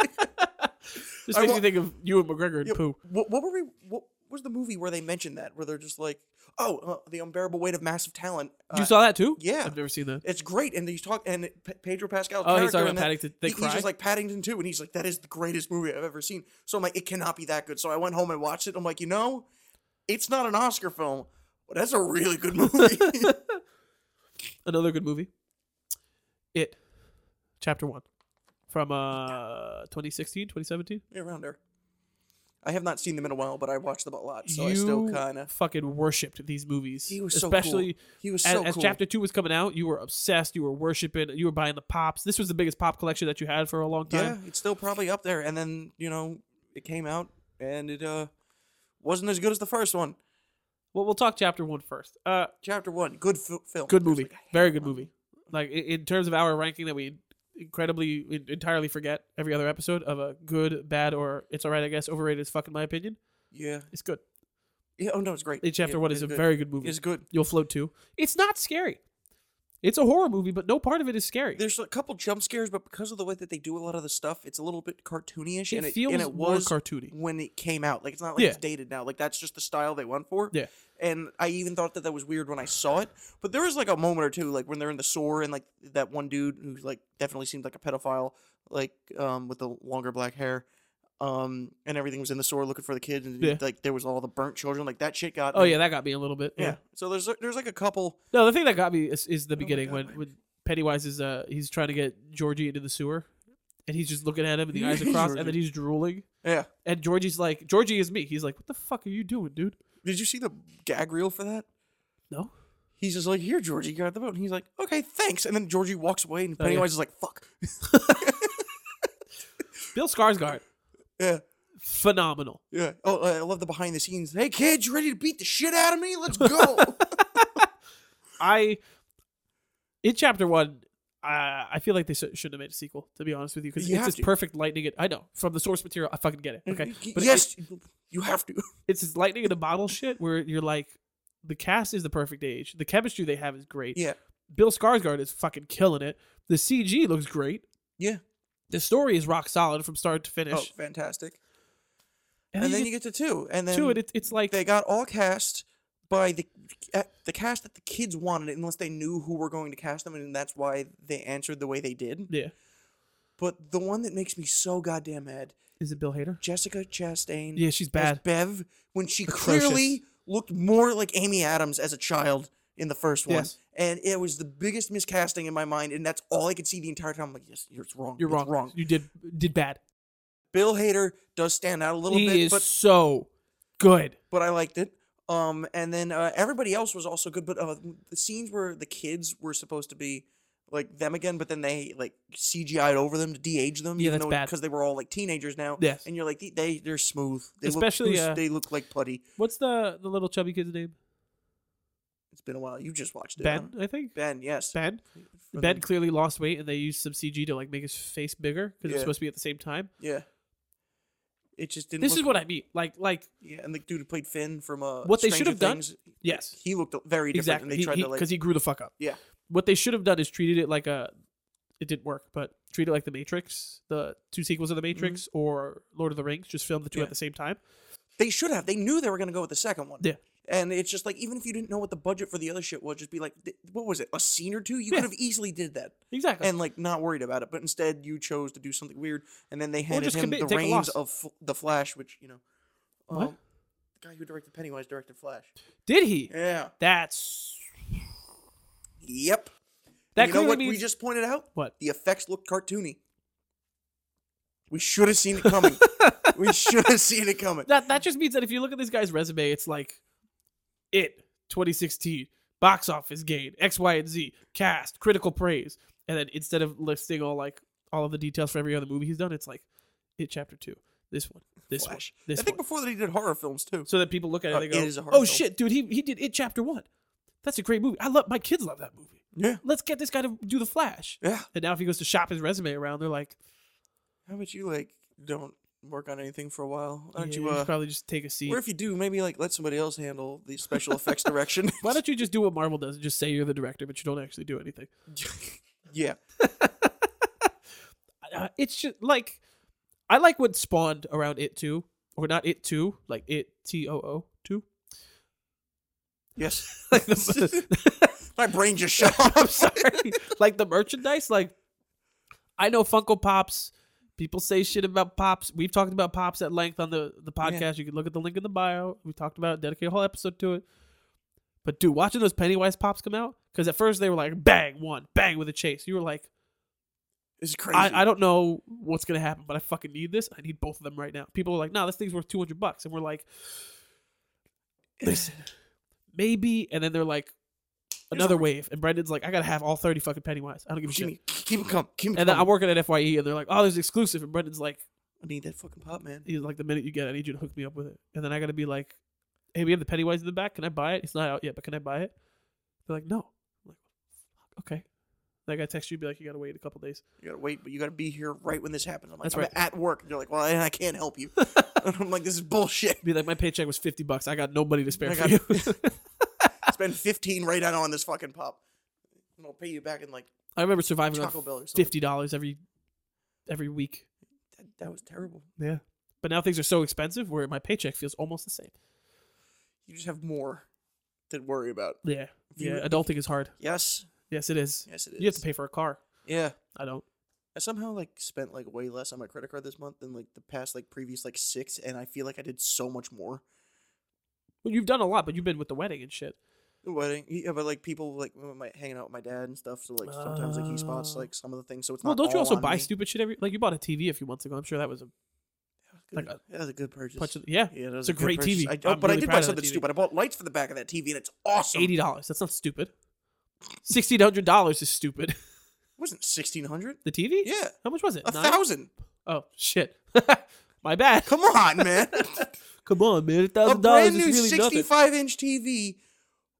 *laughs* This I makes me wa- think of you and McGregor and Yeah, Pooh. What, what were we? What was the movie where they mentioned that? Where they're just like, "Oh, uh, the unbearable weight of massive talent." Uh, You saw that too? yeah. I've never seen that. it's great, and he's talk and P- Pedro Pascal. Oh, he's talking about that, Paddington. They he- cry. He's just like Paddington too, and he's like, "That is the greatest movie I've ever seen." So I'm like, "It cannot be that good." So I went home and watched it. I'm like, you know, it's not an Oscar film, but that's a really good *laughs* movie. Another good movie. It, chapter one, from uh 2016, 2017. Yeah, Around there. I have not seen them in a while, but I watched them a lot, so I still You kind of. fucking worshipped these movies. He was so cool. especially He was as, so as cool. chapter two was coming out, you were obsessed. You were worshiping. You were buying the pops. This was the biggest pop collection that you had for a long Yeah, time. it's still probably up there. And then you know it came out, and it uh wasn't as good as the first one. Well, we'll talk chapter one first. Uh, Chapter one, good f- film, good It's movie, like, very good movie. Like i- in terms of our ranking that we incredibly en- entirely forget every other episode of a good, bad, or it's all right, I guess. Overrated is fucking my opinion. yeah, It's good. yeah. Oh no, it's great. In chapter Yeah, one is it's a good. very good movie. It's good. You'll float too. It's not scary. It's a horror movie, but no part of it is scary. There's a couple jump scares, but because of the way that they do a lot of the stuff, it's a little bit cartoonyish, It and it feels and it more was cartoony. when it came out. Like it's not like it's Yeah. dated now. Like that's just the style they went for. Yeah. And I even thought that that was weird when I saw it. But there was like a moment or two, like when they're in the sewer and like that one dude who's like definitely seemed like a pedophile, like um with the longer black hair, um and everything was in the sewer looking for the kids and Yeah. like there was all the burnt children. Like that shit got. Oh me. yeah, that got me a little bit. Yeah. So there's there's like a couple. No, the thing that got me is, is the beginning God, when, Mike. when Pennywise is uh he's trying to get Georgie into the sewer, and he's just looking at him and the *laughs* eyes are crossed, and then he's drooling, Yeah. and Georgie's like, Georgie is me. He's like, what the fuck are you doing, dude? Did you see the gag reel for that? No, He's just like, "Here, Georgie, you got the boat." And he's like, "Okay, thanks." And then Georgie walks away, and Oh, yeah. Pennywise is like, "Fuck." Bill Skarsgård, Yeah, phenomenal. yeah. Oh, I I love the behind the scenes. Hey, kid, you ready to beat the shit out of *laughs* me? Let's go. I in chapter one, I, I feel like they sh- shouldn't have made a sequel. To be honest with you, because You it's have just to. Mm, perfect lightning. It, I know from the source material, I fucking get it. Okay, But it- yes, you *laughs* have to. it's this lightning in a bottle shit where you're like, the cast is the perfect age. The chemistry they have is great. Yeah. Bill Skarsgård is fucking killing it. The CG looks great. Yeah. The story is rock solid from start to finish. Oh, fantastic. and, then you get to two, and get then to it, it's, it's like they got all cast by the uh, the cast that the kids wanted, unless they knew who were going to cast them, and that's why they answered the way they did. yeah. But the one that makes me so goddamn mad, Is it Bill Hader? Jessica Chastain. Yeah, she's as bad. Bev when she Atrocious. clearly looked more like Amy Adams as a child in the first one. Yes. And it was the biggest miscasting in my mind, and that's all I could see the entire time. I'm like, yes, it's wrong. You're it's wrong. wrong. You did did bad. Bill Hader does stand out a little He bit, is but so good. but I liked it. Um, and then uh, everybody else was also good, but uh, the scenes where the kids were supposed to be like them again, but then they like CGI'd over them to de-age them, Yeah, even that's though bad. because they were all like teenagers now. Yes. And you're like, they, they they're smooth. They Especially, look, loose- uh, they look like putty. What's the the little chubby kid's name? It's been a while. You just watched it. huh? Ben, I think. Ben, yes. Ben. For Ben the- clearly lost weight, and they used some CG to like make his face bigger because Yeah. it's supposed to be at the same time. Yeah. It just didn't. This look- is what I mean. Like, like Yeah, and the dude who played Finn from uh, What they should Stranger have done- Things, yes, He looked very different, exactly. and they Because tried he, to like. because he grew the fuck up. Yeah. What they should have done is treated it like a. It didn't work, but treat it like the Matrix, the two sequels of the Matrix or Lord of the Rings. Just film the two Mm-hmm. Yeah. at the same time. They should have. They knew they were going to go with the second one. Yeah. And it's just like, even if you didn't know what the budget for the other shit was, just be like, th- what was it? A scene or two? You Yeah. could have easily did that Exactly. and like not worried about it. But instead, you chose to do something weird, and then they handed just him commit the and take a loss. reins of F- the Flash, which you know, What? um, the guy who directed Pennywise directed Flash. Did he? Yeah. That's Yep. that you know clearly what means we just pointed out? What? The effects looked cartoony. We should have seen *laughs* it coming. we should have seen it coming. that that just means that if you look at this guy's resume, it's like it 2016 box office gain X Y and Z cast critical praise, and then instead of listing all like all of the details for every other movie he's done, it's like it chapter two, this one, this Flash. one, I this think one, before that he did horror films too. so that people look at it Uh, and they It go, is a horror oh film." shit, dude, he he did it chapter one. That's a great movie. I love my kids love that movie. Yeah. Let's get this guy to do the Flash. Yeah. And now if he goes to shop his resume around, they're like, How about you like don't work on anything for a while? Why yeah, don't you you uh probably just take a seat. or if you do, maybe like let somebody else handle the special effects direction. *laughs* Why don't you just do what Marvel does and just say you're the director, but you don't actually do anything? *laughs* yeah. uh, it's just like I like what spawned around it too, or not it too, like it T O O two. Yes. *laughs* Like the, My brain just shut *laughs* I'm off. sorry, like the merchandise. Like I know Funko Pops. People say shit about pops. We've talked about pops at length on the the Yeah. podcast. You can look at the link in the bio. We talked about it, dedicate a whole episode to it. But dude, watching those Pennywise pops come out because at first they were like bang one, bang with a chase. You were like, It's crazy. I, I don't know what's gonna happen, but I fucking need this. I need both of them right now. People are like, nah, this thing's worth two hundred bucks, and we're *sighs* like, listen, *sighs* maybe. And then they're like, another wave, and Brendan's like, I gotta have all thirty fucking Pennywise. I don't give a shit. Jimmy, keep him come. Keep him And then I'm working at Fye, and they're like, oh, there's exclusive, and Brendan's like, I need that fucking pop, man. he's like, the minute you get, it, I need you to hook me up with it. And then I gotta be like, hey, we have the Pennywise in the back. Can I buy it? It's not out yet, but can I buy it? They're like, no. I'm like, okay. Then I gotta text you, be like, you gotta wait a couple days. You gotta wait, but you gotta be here right when this happens. I'm like, That's I'm right. at work. And you're like, well, I, I can't *laughs* help you. and I'm like, this is bullshit. Be like, my paycheck was fifty bucks. I got no money to spare I for got- you. *laughs* *laughs* Spend 15 right now on this fucking pop. And I'll pay you back in like I remember surviving on Taco Bell or something. fifty dollars every every week. That, that was terrible. Yeah. But now things are so expensive where my paycheck feels almost the same. You just have more to worry about. Yeah. You- Yeah. Adulting is hard. Yes. Yes, it is. Yes, it is. You have to pay for a car. Yeah. I don't. I somehow like spent like way less on my credit card this month than like the past like previous like six, and I feel like I did so much more. Well, you've done a lot, but you've been with the wedding and shit. The wedding, yeah, but like people like when my hanging out with my dad and stuff. So like sometimes like he spots Oh. like some of the things. So it's Well, not. don't you all also on buy me. stupid shit every? Like you bought a TV a few months ago. I'm sure that was a Good. like a- that was a good purchase. bunch of yeah, yeah, that was it's a good great purchase. TV. I, oh, I'm but I really did proud buy of that something TV. stupid. I bought lights for the back of that TV, and it's awesome. eighty dollars. That's not stupid. Sixteen hundred dollars is stupid. *laughs* Wasn't sixteen hundred? The TV? Yeah, How much was it? a Nine? thousand. Oh shit. *laughs* My bad. Come *laughs* on, man. Come on, man. A a thousand dollars brand is new really nothing. sixty-five inch TV,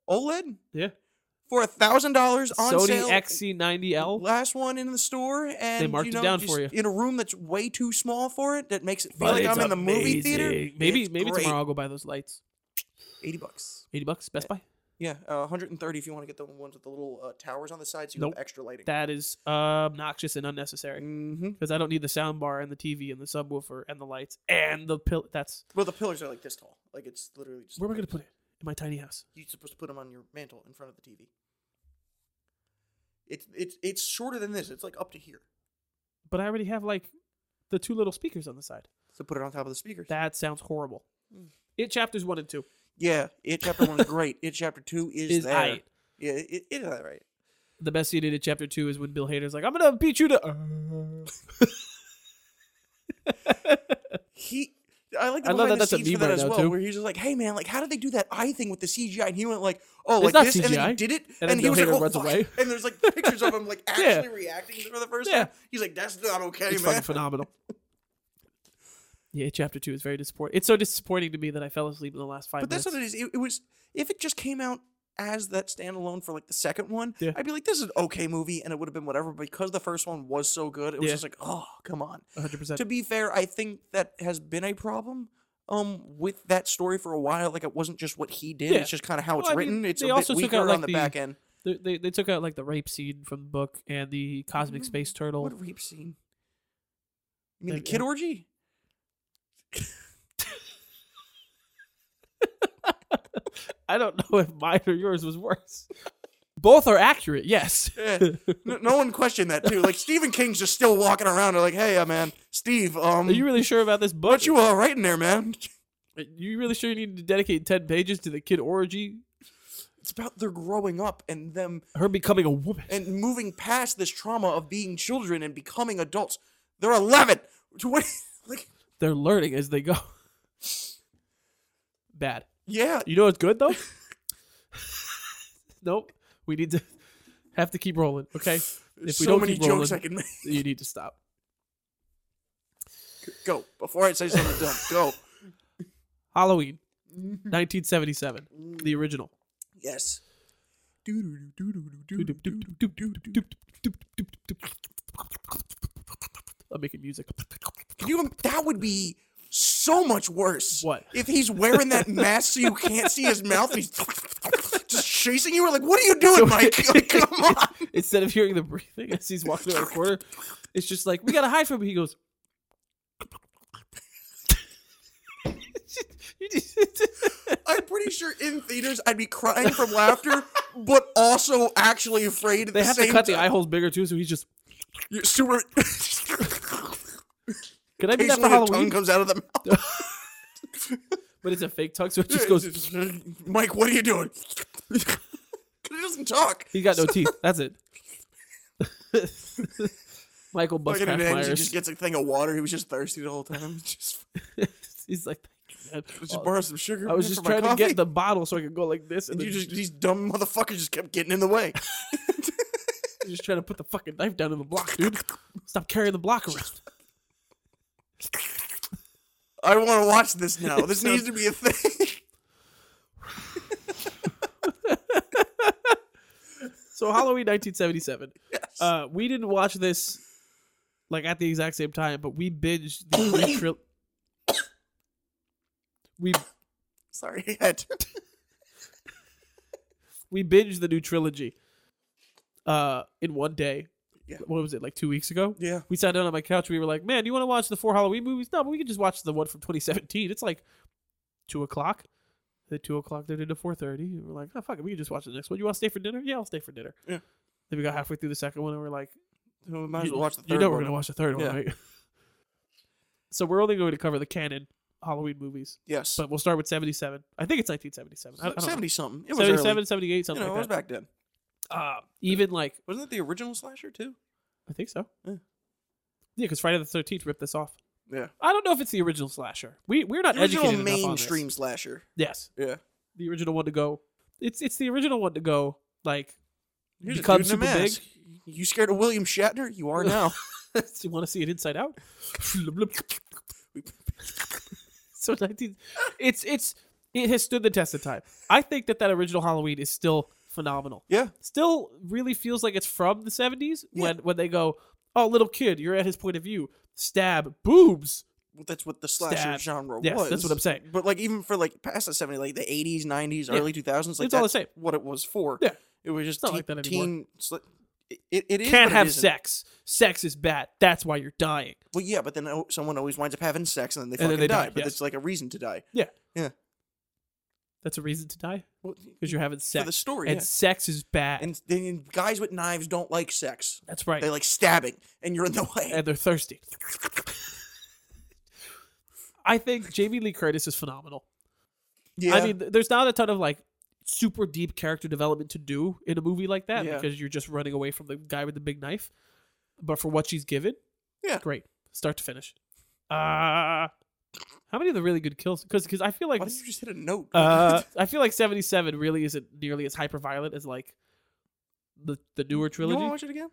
OLED. Yeah. For a thousand dollars on Sony sale. XC90L. Last one in the store, and marked you it know, down for just you. in a room that's way too small for it. That makes it feel But like it's I'm in the movie theater. amazing. Maybe It's maybe great. tomorrow I'll go buy those lights. Eighty bucks. Eighty bucks, Best Buy. Yeah, uh, 130 if you want to get the ones with the little uh, towers on the side, so you Nope. have extra lighting. That is obnoxious and unnecessary mm-hmm. because I don't need the sound bar and the TV and the subwoofer and the lights and the pill. That's Well, the pillars are like this tall. Like it's literally just. where am I gonna put it in my tiny house? You're supposed to put them on your mantle in front of the TV. It's it's it's shorter than this. It's like up to here. But I already have like the two little speakers on the side. So put it on top of the speakers. That sounds horrible. Hmm. It chapters one and two yeah, it chapter one is great. It chapter two *laughs* is, is there. I. Yeah, it, it is all right. The best scene in it, chapter two is when Bill Hader's like, "I'm gonna beat you to." *laughs* *laughs* He. I like the I love that behind the that's a scenes for meme that right as now, well, too. where he's just like, "Hey man, like, how did they do that eye thing with the CGI?" And he went like, "Oh, It's like not this," and then CGI. he did it, And then he Bill was like, Hader "Oh, runs fuck." away. *laughs* And there's like pictures of him like *laughs* actually Yeah. reacting for the first Yeah. time. He's like, "That's not okay, it's man." fucking phenomenal. *laughs* Yeah, It chapter two is very disappointing. It's so disappointing to me that I fell asleep in the last five But minutes. that's what it is. It, it was if it just came out as that standalone for like the second one, Yeah. I'd be like, this is an okay movie, and it would have been whatever. Because the first one was so good, it was Yeah. just like, oh, come on. 100. percent To be fair, I think that has been a problem um with that story for a while. Like it wasn't just what he did; Yeah. it's just kind of how it's Well, I mean, written. it's they a bit also took weaker out, like, on the, the- back end. They, they, they took out like the rape scene from the book and the cosmic space turtle. Mm-hmm. What rape scene? You mean the Like, kid uh, *laughs* orgy? I don't know *laughs* if mine or yours was worse. Both are accurate, yes. *laughs* Yeah. Eh, No, no one questioned that too. Like Stephen King's just still walking around. They're like, "Hey, uh, man, Steve, um, Are you really sure about this book? what you all right in there, man?" *laughs* you really sure you need to dedicate 10 pages to the kid orgy? It's about their growing up and them Her becoming a woman. and moving past this trauma of being children and becoming adults. They're eleven. To what? *laughs* Like, They're learning as they go. *laughs* Bad. yeah, You know what's good, *laughs* though? nope. We need to have to keep rolling, okay? there's If we so don't many keep jokes rolling- I can make. You need to stop. Go before I say something dumb. Go. *laughs* Halloween, 1977. The original. Yes. I'm making music. Can you? That would be so much worse. What? If he's wearing that mask so you can't see his mouth, he's just chasing you. We're like, what are you doing, Mike? Like, come on. Instead of hearing the breathing as he's walking around the corner, it's just like, we gotta hide from him. He goes, *laughs* You just- I'm pretty sure in theaters I'd be crying from laughter, but also actually afraid at they the have same to cut the time. eye holes bigger too, so he's just, You're super. can I do that for Occasionally the tongue Halloween? comes out of the mouth. But it's a fake tongue, *laughs* so it just goes, Mike, what are you doing? 'Cause he doesn't talk. he's got no teeth. That's it. *laughs* Michael Fucking Buzzcraft it ends. He just Myers. gets a thing of water. He was just thirsty the whole time. *laughs* Just, *laughs* He's like, "Thank you, man." just borrow some sugar. Oh. I was man, just for my trying to coffee." get the bottle so I could go like this, and And then you just these dumb motherfuckers just kept getting in the way. just trying to put the fucking knife down in the *laughs* block, dude. Stop carrying the block around. I want to watch this *laughs* now. This needs to be a thing. *laughs* So Halloween 1977. Yes. Uh, we didn't watch this like at the exact same time, but we binged the three *coughs* tril- we Sorry, I had to- we binged the new trilogy uh in one day. Yeah. What was it like two weeks ago? Yeah. We sat down on my couch. We were like, "Man, you want to watch the four Halloween movies? No, but we can just watch the one from 2017. It's like two o'clock. At two o'clock, they're into four thirty. We're like, "Oh fuck it, we can just watch the next one. You want to stay for dinner? Yeah, I'll stay for dinner." Yeah. Then we got halfway through the second one, and we're like, We might as you- well watch the third You know one. we're gonna watch the third Yeah. one, right? *laughs* so we're only going to cover the canon Halloween movies, Yes. but we'll start with seventy-seven. I think it's nineteen seventy-seven. I, I don't know. 70 something. It was early. 77, 78, You something know, it like was that. back then. Uh, even like Wasn't that the original slasher too? I think so. Yeah. Yeah, because Friday the Thirteenth ripped this off. Yeah. I don't know if it's the original slasher. We we're not The original educated enough on this. mainstream slasher. Yes, Yeah. the original one to go. It's it's the original one to go like Here's a become dude in a super big. mask. You scared of William Shatner? You *laughs* are now. you want to see it inside out? *laughs* so 19 it's it's it has stood the test of time. I think that that original Halloween is still phenomenal. yeah. Still really feels like it's from the 70s Yeah. when when they go, "Oh, little kid, you're at his point of view. Stab boobs." Well, that's what the slasher Stab. genre Yes, was. that's what I'm saying. But like even for like past the 70s, like the 80s, 90s, Yeah. early 2000s, like It's all the that's same. what it was for. Yeah. It was just not teen, like that anymore. teen sli- it, it is Can't what it have isn't. sex. Sex is bad. That's why you're dying. Well, yeah, but then oh, someone always winds up having sex and then they And fucking then they die. die, But yes. it's like a reason to die. That's a reason to die Well, because you're having for sex. the story. and yeah. sex is bad. and then guys with knives don't like sex. That's right. They like stabbing, and you're in the way. and they're thirsty. I think Jamie Lee Curtis is phenomenal. yeah. I mean, th- there's not a ton of like super deep character development to do in a movie like that Yeah. because you're just running away from the guy with the big knife. But for what she's given, Yeah. great, start to finish. Uh how many of the really good kills? Because because I feel like why did *laughs* you just hit a note? uh, I feel like 77 really isn't nearly as hyper violent as like the the newer you want trilogy. to watch it again?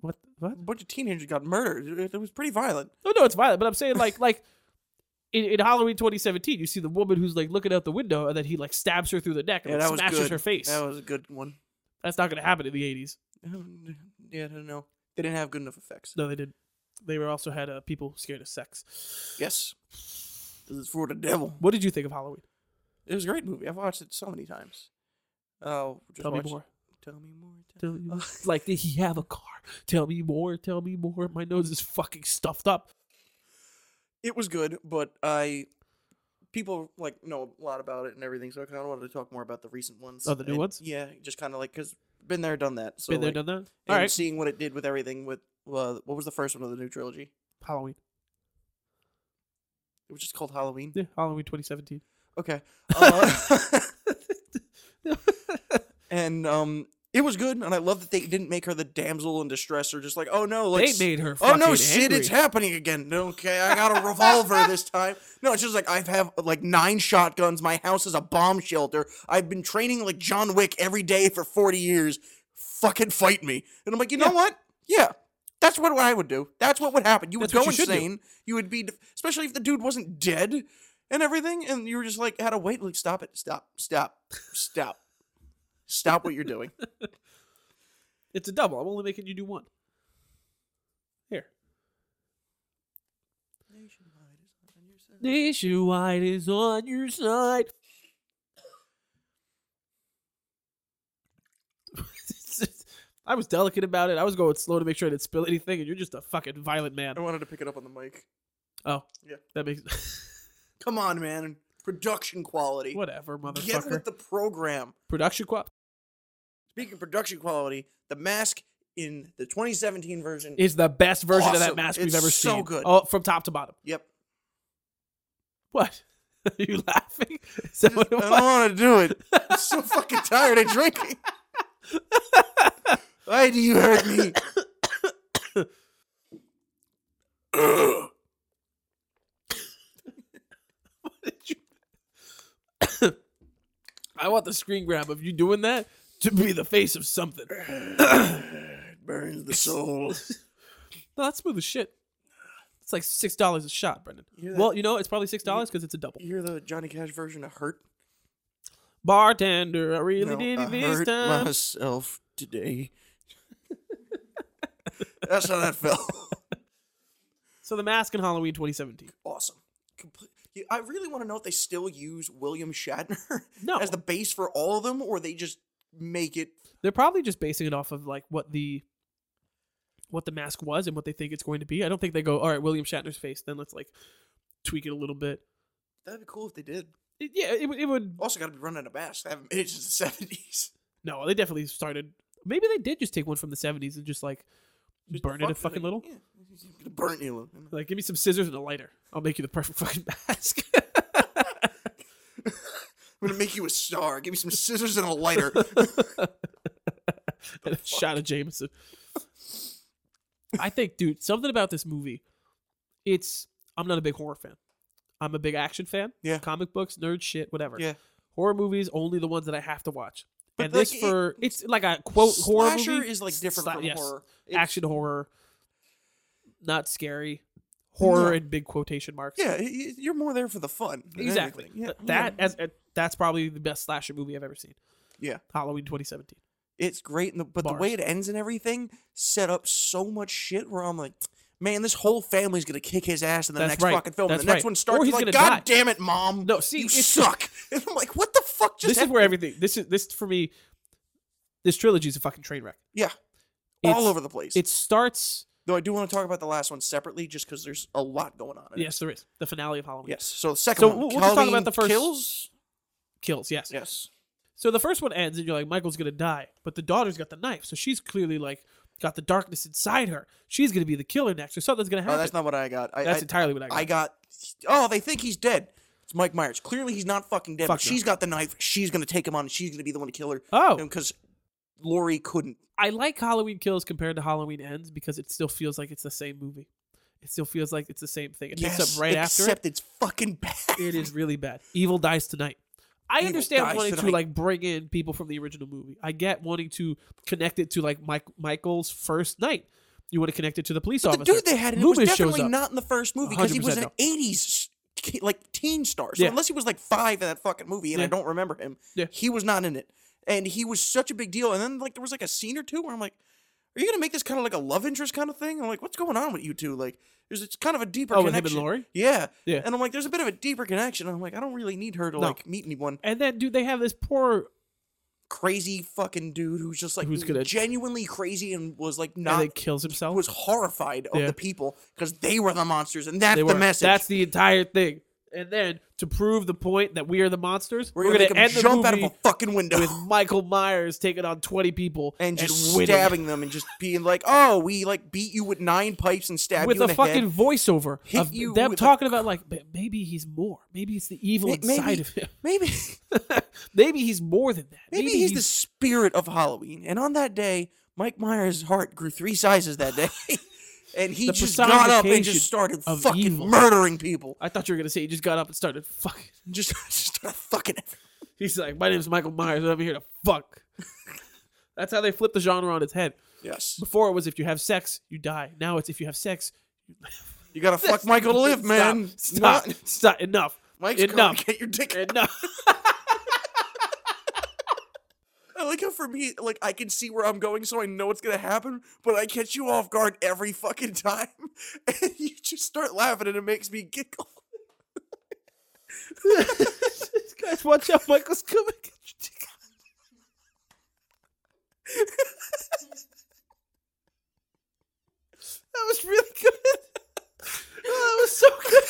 what what? A bunch of teenagers got murdered. It- It, it was pretty violent. No, no, it's violent. But I'm saying like like in, in Halloween 2017, you see the woman who's like looking out the window, and then he like stabs her through the neck and Yeah, like, that was smashes good. her face. That was a good one. *laughs* That's not gonna happen in the 80s. Um, Yeah, I don't know. They didn't have good enough effects. No, they didn't. They were also had uh, people scared of sex. Yes, this is for the devil. What did you think of Halloween? It was a great movie. I've watched it so many times. Oh, just Tell me watch- more. Tell me more. Tell Tell me more. *laughs* like, did he have a car? Tell me more. Tell me more. My nose is fucking stuffed up. it was good, but I people like know a lot about it and everything, so I kind of wanted to talk more about the recent ones. Oh, the new and- ones? Yeah, just kind of like because been there, done that. So Been there, like, done that. and All right, seeing what it did with everything with uh, what was the first one of the new trilogy? Halloween. It was just called Halloween. Yeah, Halloween 2017. Okay. Uh, *laughs* and um, it was good, and I love that they didn't make her the damsel in distress or just like, oh no, like. they made her. Oh no, fucking shit! It's angry. happening again. Okay, I got a revolver this time. No, it's just like I have like nine shotguns. My house is a bomb shelter. I've been training like John Wick every day for forty years. Fucking fight me! And I'm like, you know Yeah. what? Yeah, that's what I would do. That's what would happen. You would That's what go you should do. insane. You would be, especially if the dude wasn't dead and everything, and you were just like, had to wait. Like, stop it! Stop! Stop! Stop! Stop what you're *laughs* doing. It's a double. I'm only making you do one. Here. Nationwide is on your side. *laughs* I was delicate about it. I was going slow to make sure I didn't spill anything, and you're just a fucking violent man. I wanted to pick it up on the mic. Oh, Yeah. that *laughs* makes Come on, man. Production quality. whatever, Get motherfucker. with the program. Production quap Speaking of production quality, the mask in the 2017 version. is the best version of that Awesome. mask we've It's ever so seen. good. Oh, from top to bottom. *laughs* yep. What? *laughs* Are you laughing? Is that what it I don't was? want to do it. I'm so fucking tired of *laughs* drinking. Why do you hurt *laughs* me? *coughs* I want the screen grab of you doing that to be the face of something. It burns the soul. No, that's smooth as shit. It's like six dollars a shot, Brendan. Yeah. Well, you know, it's probably six dollars because it's a double. You hear the Johnny Cash version of Hurt? Bartender, I really No, did I it this *laughs* hurt time. myself today. That's how that felt. *laughs* So the mask in Halloween 2017. awesome. Comple- you- I really want to know if they still use William Shatner No. as the base for all of them, or they just make it. They're probably just basing it off of like what the what the mask was and what they think it's going to be. I don't think they go, all right, William Shatner's face. Then let's like tweak it a little bit. That'd be cool if they did. It- yeah, it, would- it would. Also, got to be running a mask. They haven't made it since the seventies. No, they definitely started. Maybe they did just take one from the 70s and just like burn it a fucking little. Yeah, burn you. little. Like, give me some scissors and a lighter. I'll make you the perfect *laughs* fucking *laughs* mask. I'm gonna make you a star. Give me some scissors and a *laughs* lighter. and a shot of Jameson. I think, dude, something about this movie. It's I'm not a big horror fan. I'm a big action fan. Yeah. Comic books, nerd shit, whatever. Yeah. Horror movies, only the ones that I have to watch. and like, this it- for it's like a quote horror slasher movie. is like different Sla- from yes. horror. It's- action horror, not scary, horror No. in big quotation marks. Yeah, y- y- you're more there for the fun. than exactly. anything. Yeah, Oh, Th- that yeah. as uh, that's probably the best slasher movie I've ever seen. Yeah. Halloween 2017. it's great, and the, but the way it ends and everything set up so much shit where I'm like, man, this whole family's gonna kick his ass in the That's next right. fucking film. That's and the next right. one starts Or you're he's like, gonna God die." damn it, mom. No, see, you it's- suck. *laughs* And I'm like, what the fuck just this is happened? where everything. This is this for me. This trilogy is a fucking train wreck. Yeah, all It's- over the place. It starts. Though I do want to talk about the last one separately, just because there's a lot going on. In it. Oh, Yes, there is the finale of Halloween. Yes. So the second So one, we'll- we'll just talk Halloween about the first- kills. Kills. Yes. Yes. So the first one ends, and you're like, Michael's gonna die, but the daughter's got the knife, so she's clearly like got the darkness inside her. She's gonna be the killer next, or something's gonna happen. Oh, that's not what I got. I, That's I, entirely what I got. I got. Oh, they think he's dead. It's Mike Myers. Clearly, he's not fucking dead. Fuck but no. she's got the knife. She's gonna take him on. and She's gonna be the one to kill her. oh, Because Lori couldn't. I like Halloween Kills compared to Halloween Ends because it still feels like it's the same movie. It still feels like it's the same thing. It picks yes, up right except after it. it's fucking bad. It is really bad. Evil dies tonight. I Evil understand dies wanting to tonight. like bring in people from the original movie. I get wanting to connect it to like Mike Michael's first night. You want to connect it to the police But the officer. dude they had in it Loomis was shows definitely up. not in the first movie because he was 100% an no. '80s ki- like teen star. So Yeah. unless he was like five in that fucking movie, and I Yeah. don't remember him, Yeah. he was not in it. And he was such a big deal. And then like there was like a scene or two where I'm like, "Are you gonna make this kind of like a love interest kind of thing?" I'm like, "What's going on with you two? Like, there's it's kind of a deeper oh, with him connection." and Lori. Yeah. Yeah. And I'm like, there's a bit of a deeper connection. I'm like, I don't really need her to No. like meet anyone And then, dude, they have this poor crazy fucking dude who's just like Who's gonna- genuinely crazy and was like and not then kills himself. was horrified of Yeah. the people because they were the monsters and that's They the were. message. That's the entire thing. And then to prove the point that we are the monsters, we're, we're, gonna, going to make end 'em the jump movie out of a fucking window with Michael Myers taking on 20 people *laughs* and just winning stabbing them and just being like, "Oh, we like beat you with nine pipes and stabbed with you a in the fucking head." voiceover Hit of you them with a- talking about like "Ma- maybe he's more, maybe it's the evil May- inside maybe- of him, *laughs* Maybe, *laughs* maybe he's more than that. maybe he's the spirit of Halloween. And on that day, Mike Myers' heart grew three sizes that day, *laughs* and he The just got up and personification just started of fucking evil. murdering people. I thought you were gonna say he just got up and started fucking. *laughs* Just, *laughs* just started fucking. He's like, my name's Michael Myers, and I'm here to *laughs* fuck. That's how they flip the genre on its head. Yes, Before it was if you have sex, you die. Now it's if you have sex, *laughs* you gotta fuck Michael to live, man. Stop, Not- stop, stop enough, Mike's coming enough, to get your dick. enough. I like how for me, like I can see where I'm going, so I know what's gonna happen, but I catch you off guard every fucking *laughs* time, and you just start laughing, and it makes me giggle. *laughs* Guys, watch out! Michael's coming. that was really good. Oh, that was so good.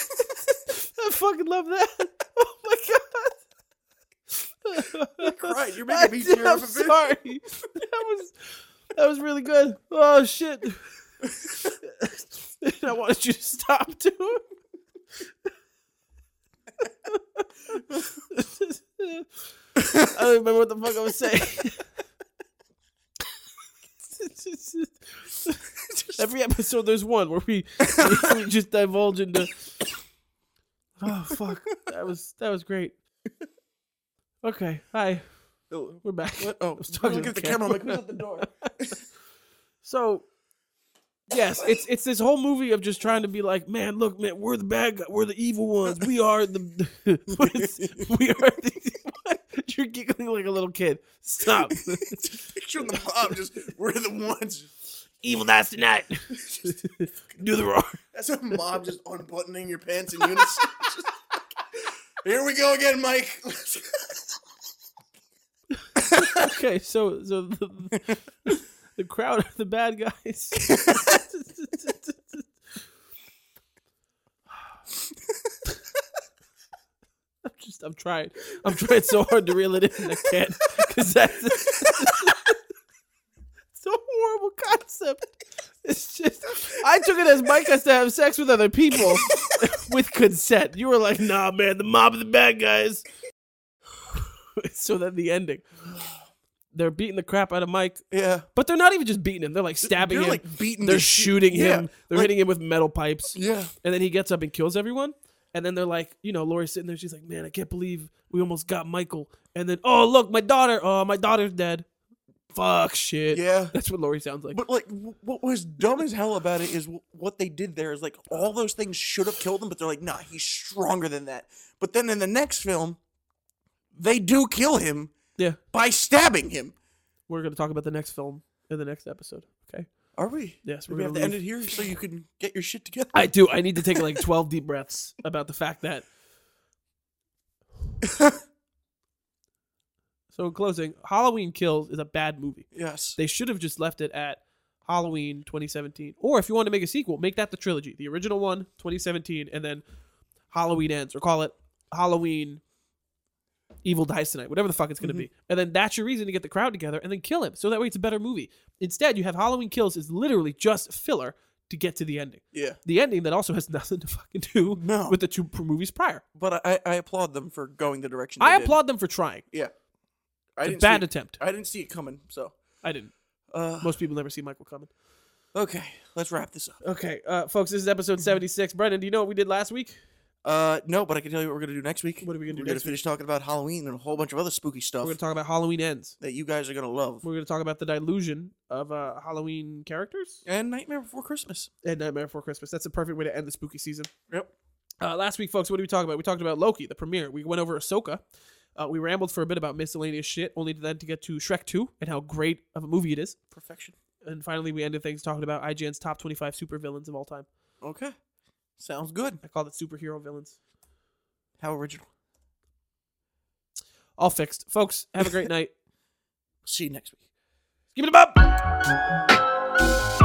I fucking love that. Oh my god. *laughs* Right, you're making me tear I'm up a bit. *laughs* sorry. That was that was really good. Oh *laughs* shit. *laughs* I wanted you to stop too. *laughs* I don't remember what the fuck I was saying. *laughs* Every episode, there's one where we, we just divulge into. Oh fuck! That was that was great. Okay, hi, *laughs* Oh, we're back. What? Oh, was talking look to at the the camera. I'm camera. like, who's at the *laughs* door? So, yes, it's it's this whole movie of just trying to be like, man, look, man, we're the bad, guy, we're the evil ones, we are the, *laughs* what is- we are *laughs* the. You're giggling like a little kid. Stop. *laughs* Just Picturing the mob, just we're the ones. evil dies tonight. *laughs* Do the roar. That's a mob just unbuttoning your pants in unison. *laughs* Just like, Here we go again, Mike. *laughs* Okay, so so the, the crowd are the bad guys. I'm just I'm trying. I'm trying so hard to reel it in and I can't because that's *laughs* it's a horrible concept. It's just I took it as Mike has to have sex with other people *laughs* with consent. You were like, nah man, the mob are the bad guys. *sighs* so then the ending. They're beating the crap out of Mike, yeah, but they're not even just beating him. They're like stabbing you're him. like beating. they're the shit- shooting yeah, him. They're like- hitting him with metal pipes. Yeah, And then he gets up and kills everyone. And then they're like, you know, Lori's sitting there. She's like, man, I can't believe we almost got Michael. And then, oh, look, my daughter. Oh, my daughter's dead. Fuck shit. Yeah. That's what Lori sounds like. But like, w- what was dumb as hell about it is w- what they did there is like all those things should have killed him, but they're like, nah, he's stronger than that. But then in the next film, they do kill him yeah. by stabbing him. We're going to talk about the next film in the next episode. Okay. Are we? Yes, Do we're we have gonna to end leave. it here so you can get your shit together. I do. I need to take like 12 deep breaths about the fact that. so, in closing, Halloween Kills is a bad movie. yes. They should have just left it at Halloween 2017. Or if you want to make a sequel, make that the trilogy. The original one, 2017, and then Halloween ends, or call it Halloween Evil Dies Tonight, whatever the fuck it's going to Mm-hmm. be. And then that's your reason to get the crowd together and then kill him. So that way it's a better movie. Instead, you have Halloween Kills is literally just filler to get to the ending. Yeah. The ending that also has *laughs* nothing to fucking do No. with the two pr- movies prior. But I, I applaud them for going the direction. I they did. applaud them for trying. Yeah. I It's a didn't bad see it, attempt. I didn't see it coming. So I didn't. uh, Most people never see Michael coming. okay, let's wrap this up. Okay, uh, folks, this is episode 76. Brendan, do you know what we did last week? Uh, no, but I can tell you what we're gonna do next week. What are we gonna do We're gonna next finish talking about Halloween and a whole bunch of other spooky We're stuff going to talk about Halloween Ends. that you guys are gonna love. We're going to talk about the dilution of uh, Halloween characters And Nightmare Before Christmas. and Nightmare Before Christmas. That's the perfect way to end the spooky season. Yep. Uh, last week, folks, what did we talk about? We talked about Loki, the premiere. We went over Ahsoka. Uh, we rambled for a bit about miscellaneous shit, only then to get to Shrek 2 and how great of a movie it is. Perfection. And finally, we ended things talking about IGN's top 25 supervillains of all time. Okay. Sounds good. I called it superhero villains. How original. All fixed. Folks, have a great night. See you next week. Give it a bump!